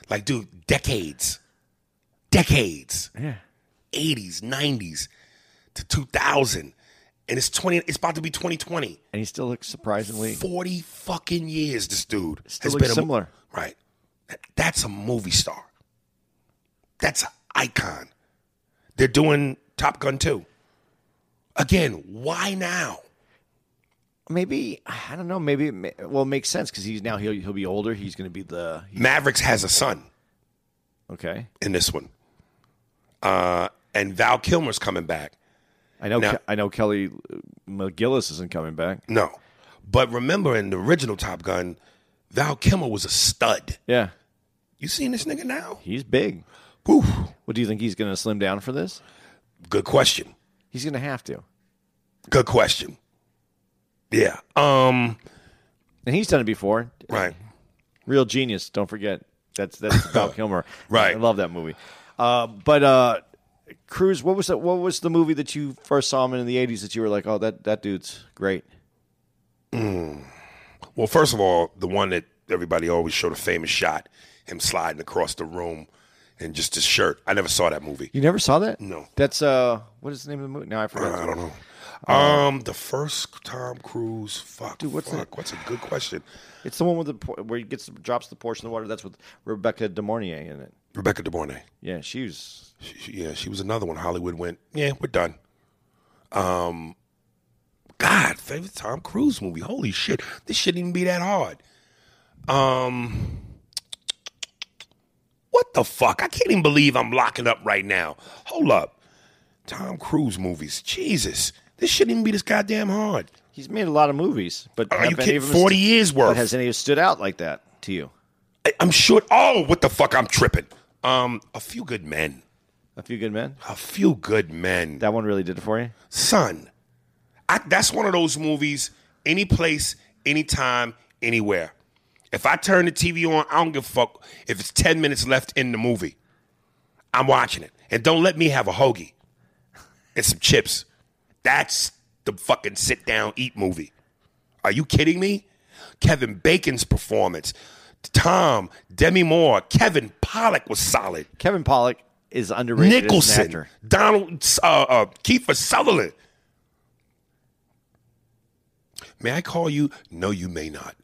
Like, dude, decades. Decades.
yeah.
80s, 90s to 2000. And it's 20 it's about to be 2020.
And he still looks surprisingly.
40 fucking years this dude
Still looks
a,
similar.
Right. That- That's a movie star. That's an icon. They're doing Top Gun 2. Again, why now?
Maybe I don't know. Maybe it ma- well it makes sense because he's now he'll he'll be older. He's going to be the
Mavericks has a son.
okay.
in this one. Uh, and Val Kilmer's coming back.
I know.
Now-
Ke- I know Kelly uh, McGillis isn't coming back.
No. But remember in the original Top Gun, Val Kilmer was a stud.
Yeah,
You seen this nigga now?
he's big.
Whew.
What do you think he's going to slim down for this?
Good question.
He's going to have to.
Good question. Yeah. Um,
And he's done it before.
right.
Real genius. Don't forget. That's that's Val Kilmer.
Right.
I love that movie. Uh, but uh, Cruz, what was that? What was the movie that you first saw him in, in the '80s that you were like, oh, that that dude's great?
Well, first of all, the one that everybody always showed a famous shot, him sliding across the room and just his shirt. I never saw that movie.
You never saw that?
No.
That's uh, what is the name of the movie? Now I forgot.
I don't know. Um, the first Tom Cruise. Fuck.
Dude, what's
fuck. What's a good question?
It's the one with the por- where he gets drops the Porsche in the water. That's with Rebecca De Mornay in it.
Rebecca De Mornay.
Yeah, she was.
She- she- yeah, she was another one. Hollywood went, yeah, we're done. Um, God, favorite Tom Cruise movie. Holy shit, this shouldn't even be that hard. Um, what the fuck? I can't even believe I'm locking up right now. Hold up, Tom Cruise movies. Jesus, this shouldn't even be this goddamn hard.
He's made a lot of movies, but
Are
have
you
any
kidding?
of them
Forty
stu-
years
But
worth.
has any stood out like that to you?
I, I'm sure. Oh, what the fuck? I'm tripping. Um, a few good men.
A few good men.
A few good men.
That one really did it for you.
son I, that's one of those movies any place anytime anywhere if i turn the tv on i don't give a fuck if it's 10 minutes left in the movie i'm watching it and don't let me have a hoagie and some chips that's the fucking sit down eat movie are you kidding me kevin bacon's performance tom demi moore kevin Pollak was solid
Kevin Pollock is underrated. as an
Nicholson,
actor.
Donald, uh, uh, Kiefer Sutherland. May I call you? No, you may not.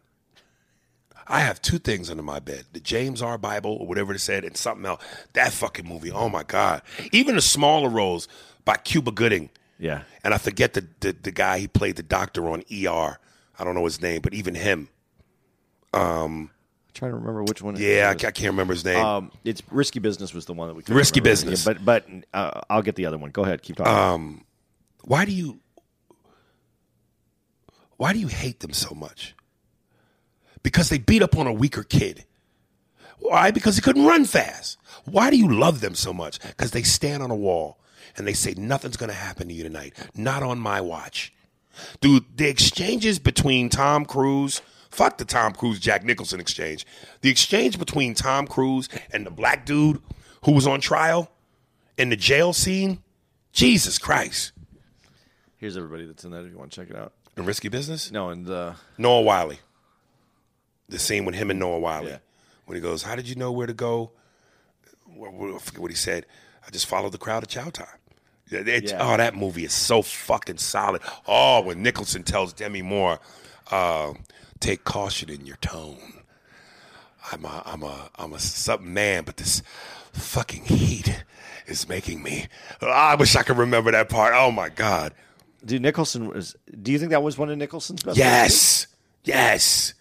I have two things under my bed: the James R. Bible or whatever it said, and something else. That fucking movie. Oh my god! Even the smaller roles by Cuba Gooding,
Yeah.
and I forget the the, the guy he played the doctor on ER. I don't know his name, but even him.
I'm trying to remember which one. it
Yeah, I,
was.
ca- I can't remember his name.
Um, it's risky business was the one that we. couldn't
Risky
remember.
Business. Um,
Yeah, but but uh, I'll get the other one. Go ahead. Keep talking.
why do you why do you hate them so much because they beat up on a weaker kid why because he couldn't run fast why do you love them so much because they stand on a wall and they say nothing's going to happen to you tonight not on my watch dude the exchanges between tom cruise fuck the tom cruise jack nicholson exchange the exchange between tom cruise and the black dude who was on trial in the jail scene jesus christ
Here's everybody that's in that. If you want to check it out.
the risky business?
No, and uh, the
Noah Wiley. The scene with him and Noah Wiley.
Yeah.
When he goes, How did you know where to go? what- what- I forget what he said. I just followed the crowd at Chow Time. Yeah, it's-
Yeah.
Oh, that movie is so fucking solid. Oh, when Nicholson tells Demi Moore, uh, "Take caution in your tone." I'm a, I'm a, I'm a sub man, but this fucking heat is making me. I wish I could remember that part. Oh my god.
Dude, Nicholson was. Do you think that was one of Nicholson's best? movies?
Yes. Yes.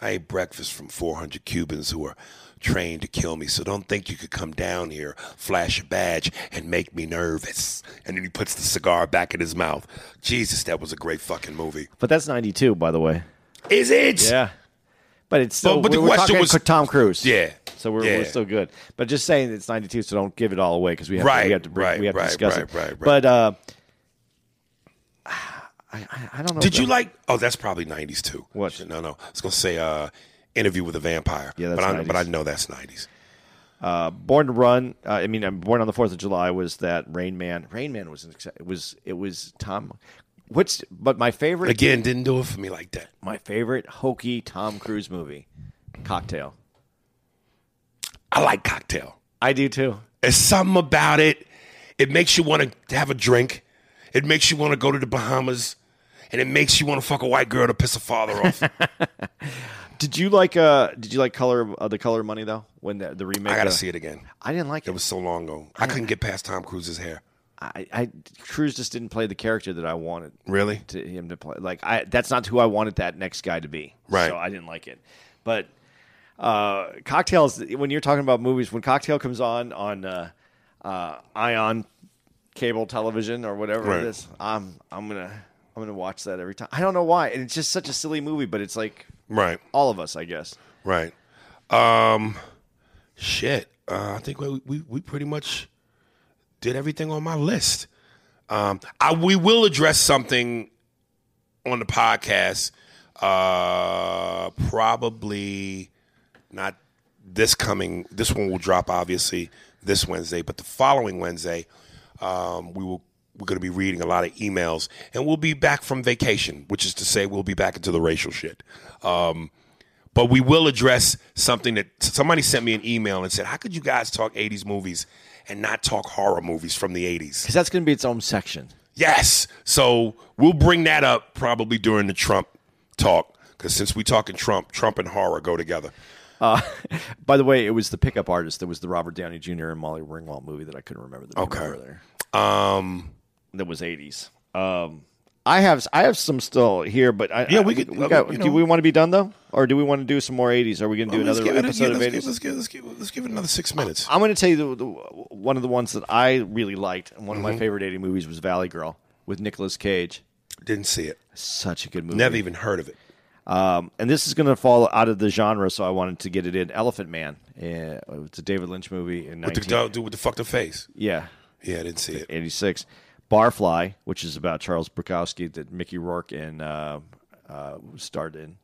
I ate breakfast from 400 Cubans who are trained to kill me, so don't think you could come down here, flash a badge, and make me nervous. And then he puts the cigar back in his mouth. Jesus, that was a great fucking movie.
But that's 92, by the way.
Is it?
Yeah. But it's still.
But- but the
we- we're
question
talking
was-
Tom Cruise.
Yeah.
So we're,
Yeah.
we're still good. But just saying it's 92, so don't give it all away because we, have to-
Right,
we have to bring,
right,
we have
right,
to discuss
right,
it.
right, right.
But uh, I, I, I don't know.
Did
if
you
that-
like? Oh, that's probably '90s too.
What?
No, no. I was gonna say uh, Interview with a Vampire.
Yeah, that's
but I,
90s.
but I know that's '90s.
Born to Run? Uh, I mean, I'm born on the Fourth of July. Was that Rain Man? Rain Man was an ex- it was it was Tom. What's but my favorite
Again, didn't do it for me like that.
my favorite hokey Tom Cruise movie, Cocktail.
I like Cocktail.
I do too.
It's something about it. It makes you want to have a drink. It makes you want to go to the Bahamas. And it makes you want to fuck a white girl to piss her father off.
Did you like uh Did you like Color uh, the Color of Money though? When the, the remake,
I got to
uh,
see it again.
I didn't like
It
it.
was so long ago. I couldn't get past Tom Cruise's hair.
I, I Cruise just didn't play the character that I wanted
Really?
to him to play. Like I, that's not who I wanted that next guy to be.
Right.
So I didn't like it. But uh, cocktails. When you're talking about movies, when Cocktail comes on on uh, uh, Ion cable television or whatever
Right.
it is, I'm I'm gonna I'm gonna watch that every time. I don't know why, and it's just such a silly movie, but it's like
Right.
all of us, I guess.
Right. Um, shit. Uh, I think we, we we pretty much did everything on my list. Um, I we will address something on the podcast. Uh, probably not this coming. This one will drop obviously this Wednesday, but the following Wednesday, um, we will. We're going to be reading a lot of emails, and we'll be back from vacation, which is to say, we'll be back into the racial shit Um, but we will address something that somebody sent me an email and said, "How could you guys talk '80s movies and not talk horror movies from the '80s?"
Because that's gonna be its own section.
Yes, so we'll bring that up probably during the Trump talk because since we talking Trump, Trump and horror go together.
By the way, it was the pickup artist that was the Robert Downey Jr. and Molly Ringwald movie that I couldn't remember the name
Okay.
of earlier.
Um,
that was eighties. Um, I have I have some still here, but I,
Yeah,
I-
we could-
we got,
you know.
do we want to be done though, or do we want to do some more eighties? Are we going to do
let's
another
give it a-
episode
yeah,
of
let's give-
eighties?
Let's give, let's give let's give it another six minutes.
I'm going to tell you the, the, one of the ones that I really liked, and one of
Mm-hmm.
my favorite eighty movies was Valley Girl with Nicolas Cage.
Didn't see it.
Such a good movie.
Never even heard of it.
Um, and this is going to fall out of the genre, so I wanted to get it in. Elephant Man. Uh, it's a David Lynch movie in
With
19,
the dog dude with the fucked up face.
yeah,
Yeah, I didn't see it.
86. Barfly, which is about Charles Bukowski that Mickey Rourke and uh, uh, starred in.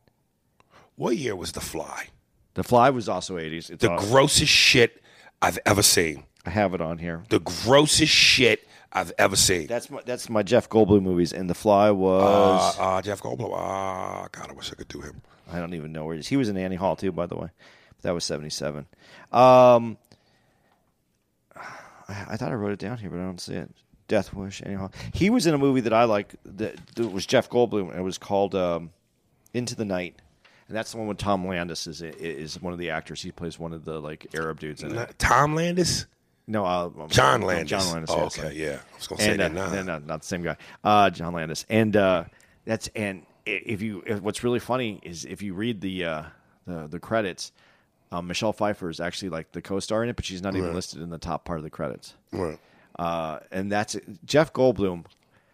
What year was The Fly?
The Fly was also 80s. It's
The
awesome.
grossest shit I've ever seen.
I have it on here.
The grossest shit I've ever seen.
That's my that's my Jeff Goldblum movies, and The Fly
Uh,
was
uh, Jeff Goldblum. Ah, God, I wish I could do him.
I don't even know where it is. He was in Annie Hall too, by the way. But that was seventy seven. Um, I, I thought I wrote it down here, but I don't see it. Death Wish, Annie Hall. He was in a movie that I like that, that was Jeff Goldblum, and it was called um, Into the Night. And that's the one with Tom Landis is is one of the actors. He plays one of the like Arab dudes in it.
Not- Tom Landis,
No, uh, um,
John
no,
Landis.
John Landis.
Oh,
yes,
okay, yeah. I was gonna say
and uh,
that. Nah.
no, no, not the same guy. Uh, John Landis, and uh, that's and i- if you if, what's really funny is if you read the uh, the, the credits, um, Michelle Pfeiffer is actually like the co-star in it, but she's not even listed in the top part of the credits.
Right,
Uh, and that's Jeff Goldblum.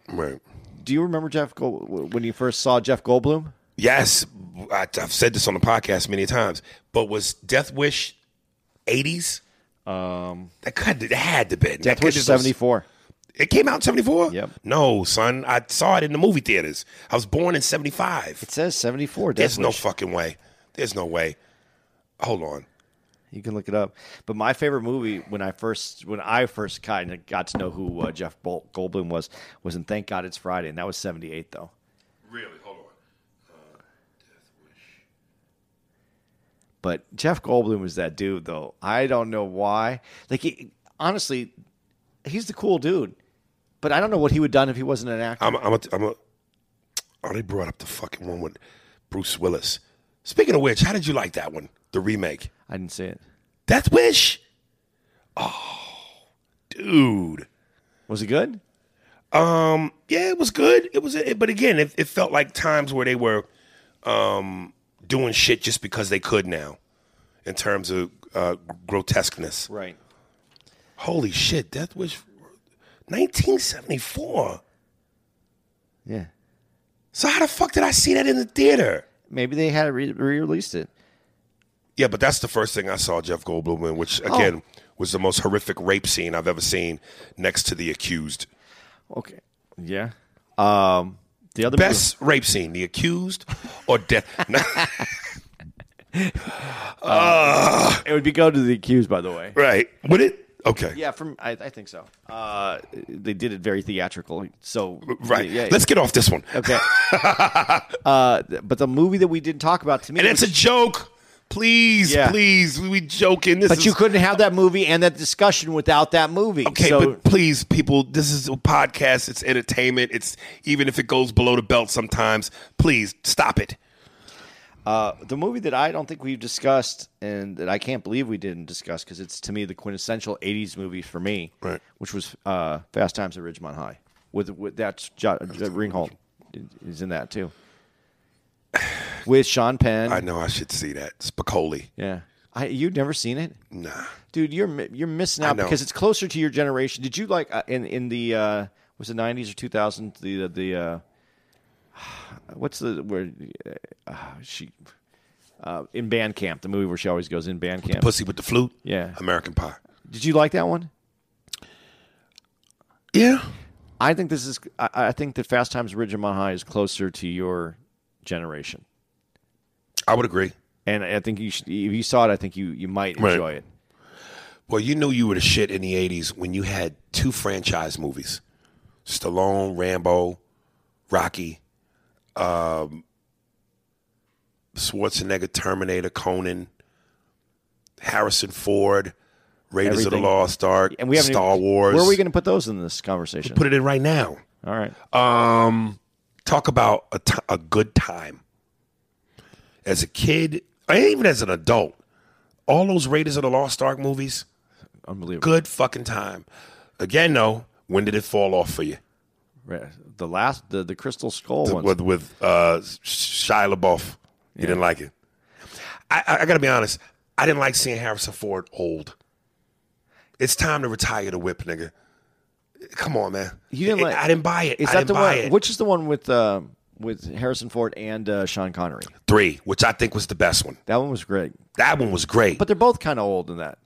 right.
Do you remember Jeff Gold when you first saw Jeff Goldblum?
Yes, I, I've said this on the podcast many times, but was Death Wish eighties? Um, that could that had to be That
Death
could-
Wish
this was-
seventy four.
It came out in seventy four.
Yep.
No, son, I saw it in the movie theaters. I was born in seventy five.
It says seventy four.
There's no fucking way. There's no way. Hold on.
You can look it up. But my favorite movie when I first when I first kind of got to know who uh, Jeff Bol- Goldblum was was in Thank God It's Friday, and that was '78 though.
Really? Hold on.
But Jeff Goldblum was that dude, though. I don't know why. Like, he, honestly, he's the cool dude. But I don't know what he would have done if he wasn't an actor.
I'm a, I'm a, I'm a, oh, they brought up the fucking one with Bruce Willis. Speaking of which, how did you like that one? The remake.
I didn't see it.
Death Wish. Oh, dude.
Was it good?
Um, yeah, it was good. It was, it, but again, it, it felt like times where they were um, doing shit just because they could now, in terms of uh, grotesqueness.
Right.
Holy shit, Death Wish, 1974.
Yeah.
So how the fuck did I see that in the theater?
Maybe they had re- re-released it.
Yeah, but that's the first thing I saw Jeff Goldblum in, which
Oh.
again was the most horrific rape scene I've ever seen next to the accused.
Okay. Yeah. Um. The other
Best rape scene, the accused or death.
movie- it would be go to the accused, by the way.
right. Would it? Okay.
Yeah, from I, I think so. Uh, they did it very theatrically. So
Right.
yeah,
Let's get off this one.
okay. uh, but the movie that we didn't talk about to me,
And it's a
was-
joke. Please,
Yeah.
please, we- we joking. This
but
is,
you couldn't have that movie and that discussion without that movie.
Okay,
so,
but please, people, this is a podcast. It's entertainment. It's even if it goes below the belt sometimes. Please stop it.
the movie that I don't think we've discussed and that I can't believe we didn't discuss because it's to me the quintessential '80s movie for me,
Right.
Which was uh, Fast Times at Ridgemont High with with that's jo- uh, Ringhold is in that too with Sean Penn.
I know I should see that. Spicoli.
yeah, I you've never seen it.
Nah.
dude you're mi- you're missing
I
out
know.
because it's closer to your generation did you like uh, in in the uh was it 90s or 2000s the the uh what's the where uh, she uh in band camp the movie where she always goes in band camp
Pussy with the flute.
Yeah.
American Pie.
did you like that one
Yeah.
i think this is i, I think that fast times at ridgemont high is closer to your generation
I would agree.
and i think you should if you saw it i think you you might
Right.
enjoy it
Well, you knew you were the shit in the 80s when you had two franchise movies Stallone, Rambo, Rocky, um, Schwarzenegger, Terminator, Conan, Harrison Ford, Raiders of
Everything.
the Lost Ark,
and we have
Star Wars.
where are we going to put those in this conversation
put it in right now?
all right
Um, talk about a ti- a good time. As a kid, and even as an adult, all those Raiders of the Lost Ark movies,
unbelievable
good fucking time. Again, though, when did it fall off for you?
Right. The last, the, the Crystal Skull one.
With with uh, Shia LaBeouf, you didn't like it. I, I, I got to be honest. I didn't like seeing Harrison Ford old. It's time to retire the whip, nigga. Come on, man.
You didn't
It-
like-
I didn't buy it.
Is
I
that
didn't
the
buy
one?
it.
Which is the one with uh, with Harrison Ford and uh, Sean Connery?
Three, which I think was the best one.
That one was great.
That one was great.
But they're both kind of old in that.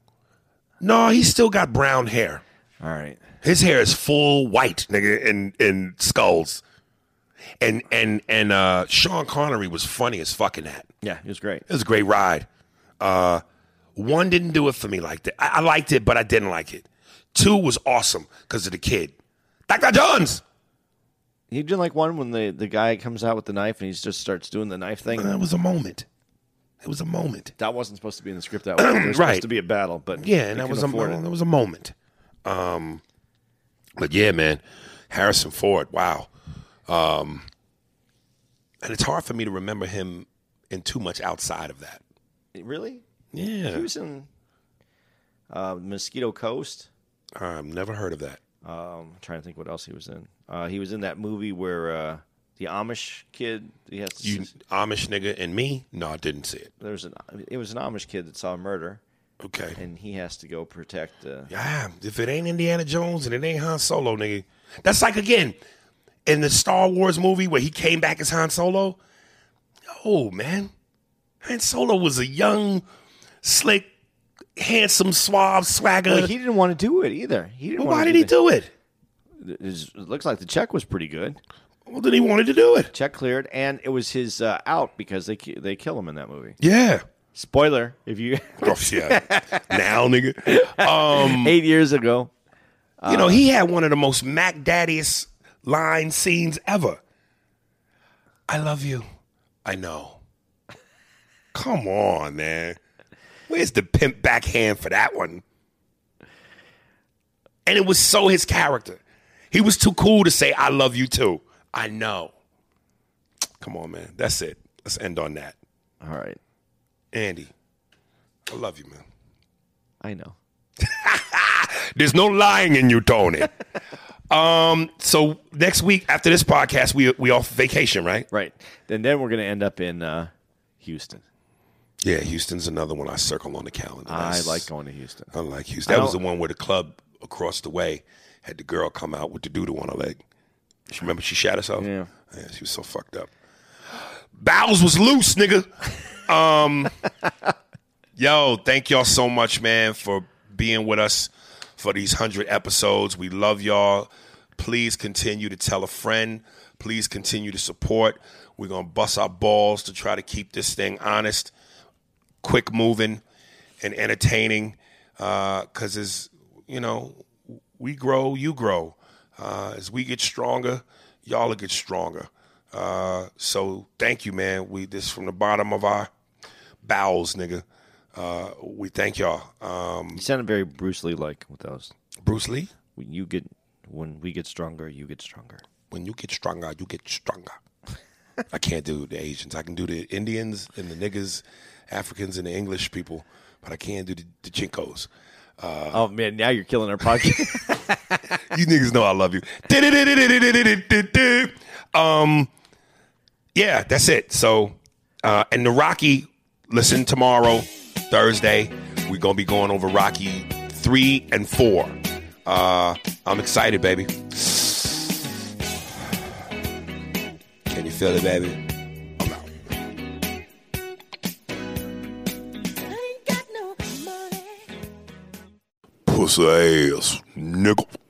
No, he's still got brown hair.
All right.
His hair is full white, nigga, and and skulls. And and and uh Sean Connery was funny as fucking that.
Yeah, it was great.
It was a great ride. Uh one didn't do it for me like that. I, I liked it, but I didn't like it. Two was awesome because of the kid. Dr. Jones.
He didn't like one when the, the guy comes out with the knife and he just starts doing the knife thing.
That was a moment. It was a moment.
That wasn't supposed to be in the script. That was There was
Right.
supposed to be a battle, but
Yeah,
they
and that
couldn't
was a
afford
that
it.
was a moment. Um, but yeah, man, Harrison Ford. Wow. Um, and it's hard for me to remember him in too much outside of that.
Really? He
Yeah,
was in uh, Mosquito Coast.
I've never heard of that.
I'm trying to think what else he was in. Uh, he was in that movie where uh, the Amish kid he has to
You
s-
Amish nigga and me? No, I didn't see it.
there was an it was an Amish kid that saw a murder,
Okay.
and he has to go protect. Uh,
Yeah, if it ain't Indiana Jones and it ain't Han Solo, nigga, that's like again in the Star Wars movie where he came back as Han Solo. Oh man, Han Solo was a young, slick, handsome, suave swagger.
But he didn't want to do it either. He didn't.
Well,
want
why
to
did he do it?
the- his- It looks like the check was pretty good.
Well, then he wanted to do it.
Check cleared, and it was his uh, out because they ki- they kill him in that movie.
Yeah.
Spoiler: if you
Oh yeah. now, nigga. Um,
eight years ago,
You know, he had one of the most Mac Daddiest line scenes ever. I love you. I know. Come on, man. Where's the pimp backhand for that one? And it was so his character. He was too cool to say, I love you too. I know. Come on, man. That's it. Let's end on that.
All right.
Andy, I love you, man.
I know.
There's no lying in you, Tony. um, so next week after this podcast, we we off vacation, right?
Right. And then we're going to end up in uh, Houston.
Yeah, Houston's another one I circle on the calendar.
I
That's-
like going to Houston.
I like Houston. That was the one where the club across the way had the girl come out with the doodle on her leg. She remember she shot herself.
Yeah.
yeah, she was so fucked up. Bowels was loose, nigga. Um, yo, thank y'all so much, man, for being with us for these hundred episodes. We love y'all. Please continue to tell a friend. Please continue to support. We're gonna bust our balls to try to keep this thing honest quick moving and entertaining because as you know we grow you grow uh, as we get stronger y'all will get stronger uh, so thank you man we this from the bottom of our bowels nigga uh, we thank y'all um,
You sounded very Bruce Lee like with those.
bruce lee
When you get when we get stronger, you get stronger.
when you get stronger you get stronger i can't do the asians i can do the indians and the niggas africans and the english people but i can't do the, the chinkos Uh,
oh man, now you're killing our podcast.
you niggas know I love you. Um, yeah, that's it. So, uh, and the Rocky, listen tomorrow, Thursday, we're gonna be going over Rocky three and four. Uh, I'm excited, baby. Can you feel it, baby? I'm out.
ain't got no money.
Pussy ass, nigga.